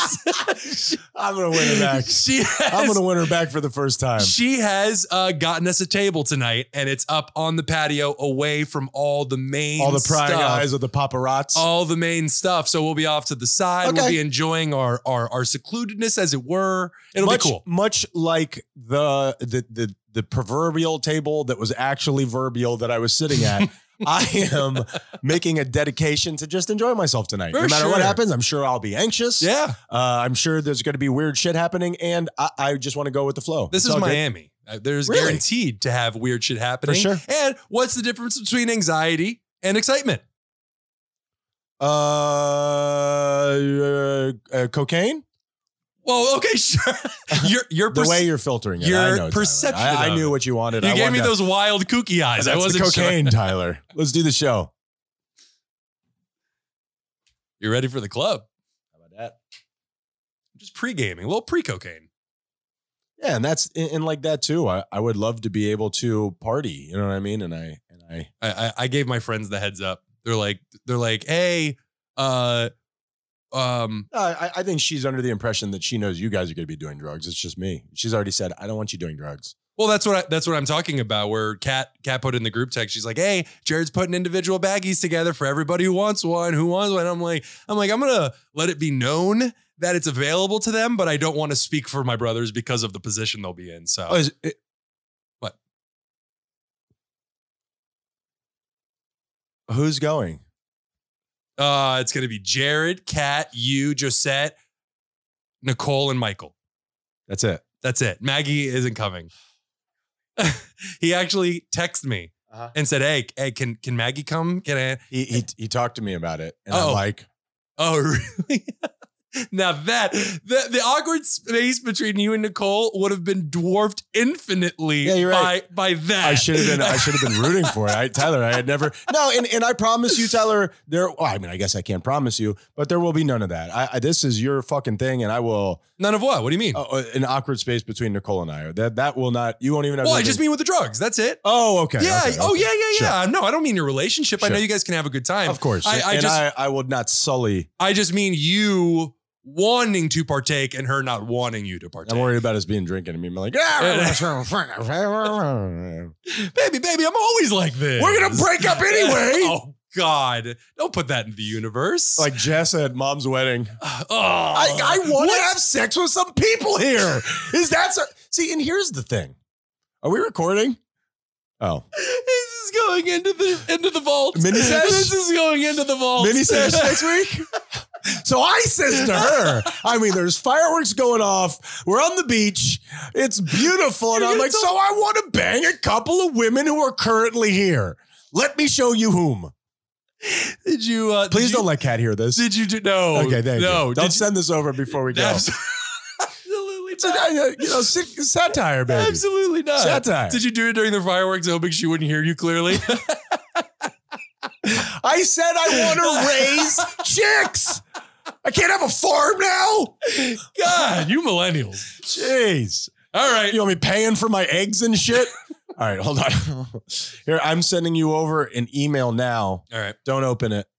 is,
I'm gonna win her back.
she has,
I'm gonna win her back for the first time.
she has uh, gotten us a table tonight, and it's up on the patio, away from all the main
All the uh, prying
stuff.
eyes of the paparazzi.
all the main stuff. So we'll be off to the side. We'll
Okay.
be enjoying our our our secludedness, as it were. It'll
much,
be cool.
Much like the the the the proverbial table that was actually verbial that I was sitting at. I am making a dedication to just enjoy myself tonight.
For
no matter what
sure.
happens, I'm sure I'll be anxious.
Yeah,
Uh, I'm sure there's going to be weird shit happening, and I, I just want to go with the flow.
this
It's
is
all good.
Miami. Uh, There's
Really?
guaranteed to have weird shit happening.
sure.
And what's the difference between anxiety and excitement?
Uh, uh, uh, cocaine.
Well, okay, sure. your your
The
perce-
way you're filtering it,
your
I know, Tyler.
perception
I,
of
I knew
it.
what you wanted.
you
I
gave
wanted
me
to-
those wild kooky eyes. I
That's the
wasn't
cocaine,
Sure.
Tyler. Let's do the show.
You're ready for the club?
How about that?
Just pre gaming, a little pre cocaine.
Yeah, and that's and, and like that too. I, I would love to be able to party. You know what I mean? And I and I
I, I I gave my friends the heads up. They're like they're like, hey, uh, um,
I, I- I think she's under the impression that she knows you guys are going to be doing drugs. It's just me. She's already said I don't want you doing drugs.
Well, that's what I, that's what I'm talking about. Where Kat Kat put in the group text, she's like, "Hey, Jared's putting individual baggies together for everybody who wants one. Who wants one?" I'm like, I'm like, I'm gonna let it be known that it's available to them, but I don't want to speak for my brothers because of the position they'll be in. So,
Oh, is it,
What?
Who's going?
uh, it's gonna be Jared, Kat, you, Josette, Nicole, and Michael.
That's it.
That's it. Maggie isn't coming. he actually texted me
Uh-huh.
and said, "Hey, hey, can can Maggie come? Can I?"
He he he talked to me about it, and
Oh.
I'm like,
Oh, really? now that the, the awkward space between you and Nicole would have been dwarfed infinitely
Yeah, you're right.
by by that.
I should have been I should have been rooting for it. I, Tyler, I had never no, and and I promise you, Tyler, there. Well, I mean, I guess I can't promise you, but there will be none of that. I, I this is your fucking thing, and I will
None of what? What do you mean?
uh, an awkward space between Nicole and I. That that will not. You won't even. Have
well, I
anything-
just mean with the drugs. That's it.
Oh, okay.
yeah.
okay,
Oh,
okay.
yeah, yeah, yeah. No, I don't mean your relationship. I know
Sure.
you guys can have a good time.
Of course,
I- I
and
just-
I, I will not sully.
I just mean you wanting to partake and her not wanting you to partake.
I'm worried about us being drinking and being like, "Ah."
baby, baby, I'm always like this.
We're gonna break up anyway.
oh God. Don't put that in the universe.
like Jess at mom's wedding.
oh,
I, I want to
what?
have sex with some people here. Is that so? See, and here's the thing. Are we recording? Oh,
This is going into the into the vault.
Mini sesh?
This is going into the vault.
mini sesh next week. So I says to her, I mean, there's fireworks going off. We're on the beach. It's beautiful. And
You're
I'm
gonna
like,
tell-
so I want to bang a couple of women who are currently here. Let me show you whom.
Did you? Uh,
Please
did
don't
You,
let Kat hear this.
did you do no?
okay, thank
no,
you.
Did
Don't send this over before we
you,
go.
absolutely
It's
not.
a- you know, sit- satire, baby.
Absolutely not.
Satire.
Did you do it during the fireworks, hoping she wouldn't hear you clearly?
I said I want to raise chicks. I can't have a farm now.
God, you millennials.
Jeez.
All right.
You want me paying for my eggs and shit? All right, hold on. Here, I'm sending you over an email now.
All right.
Don't open it.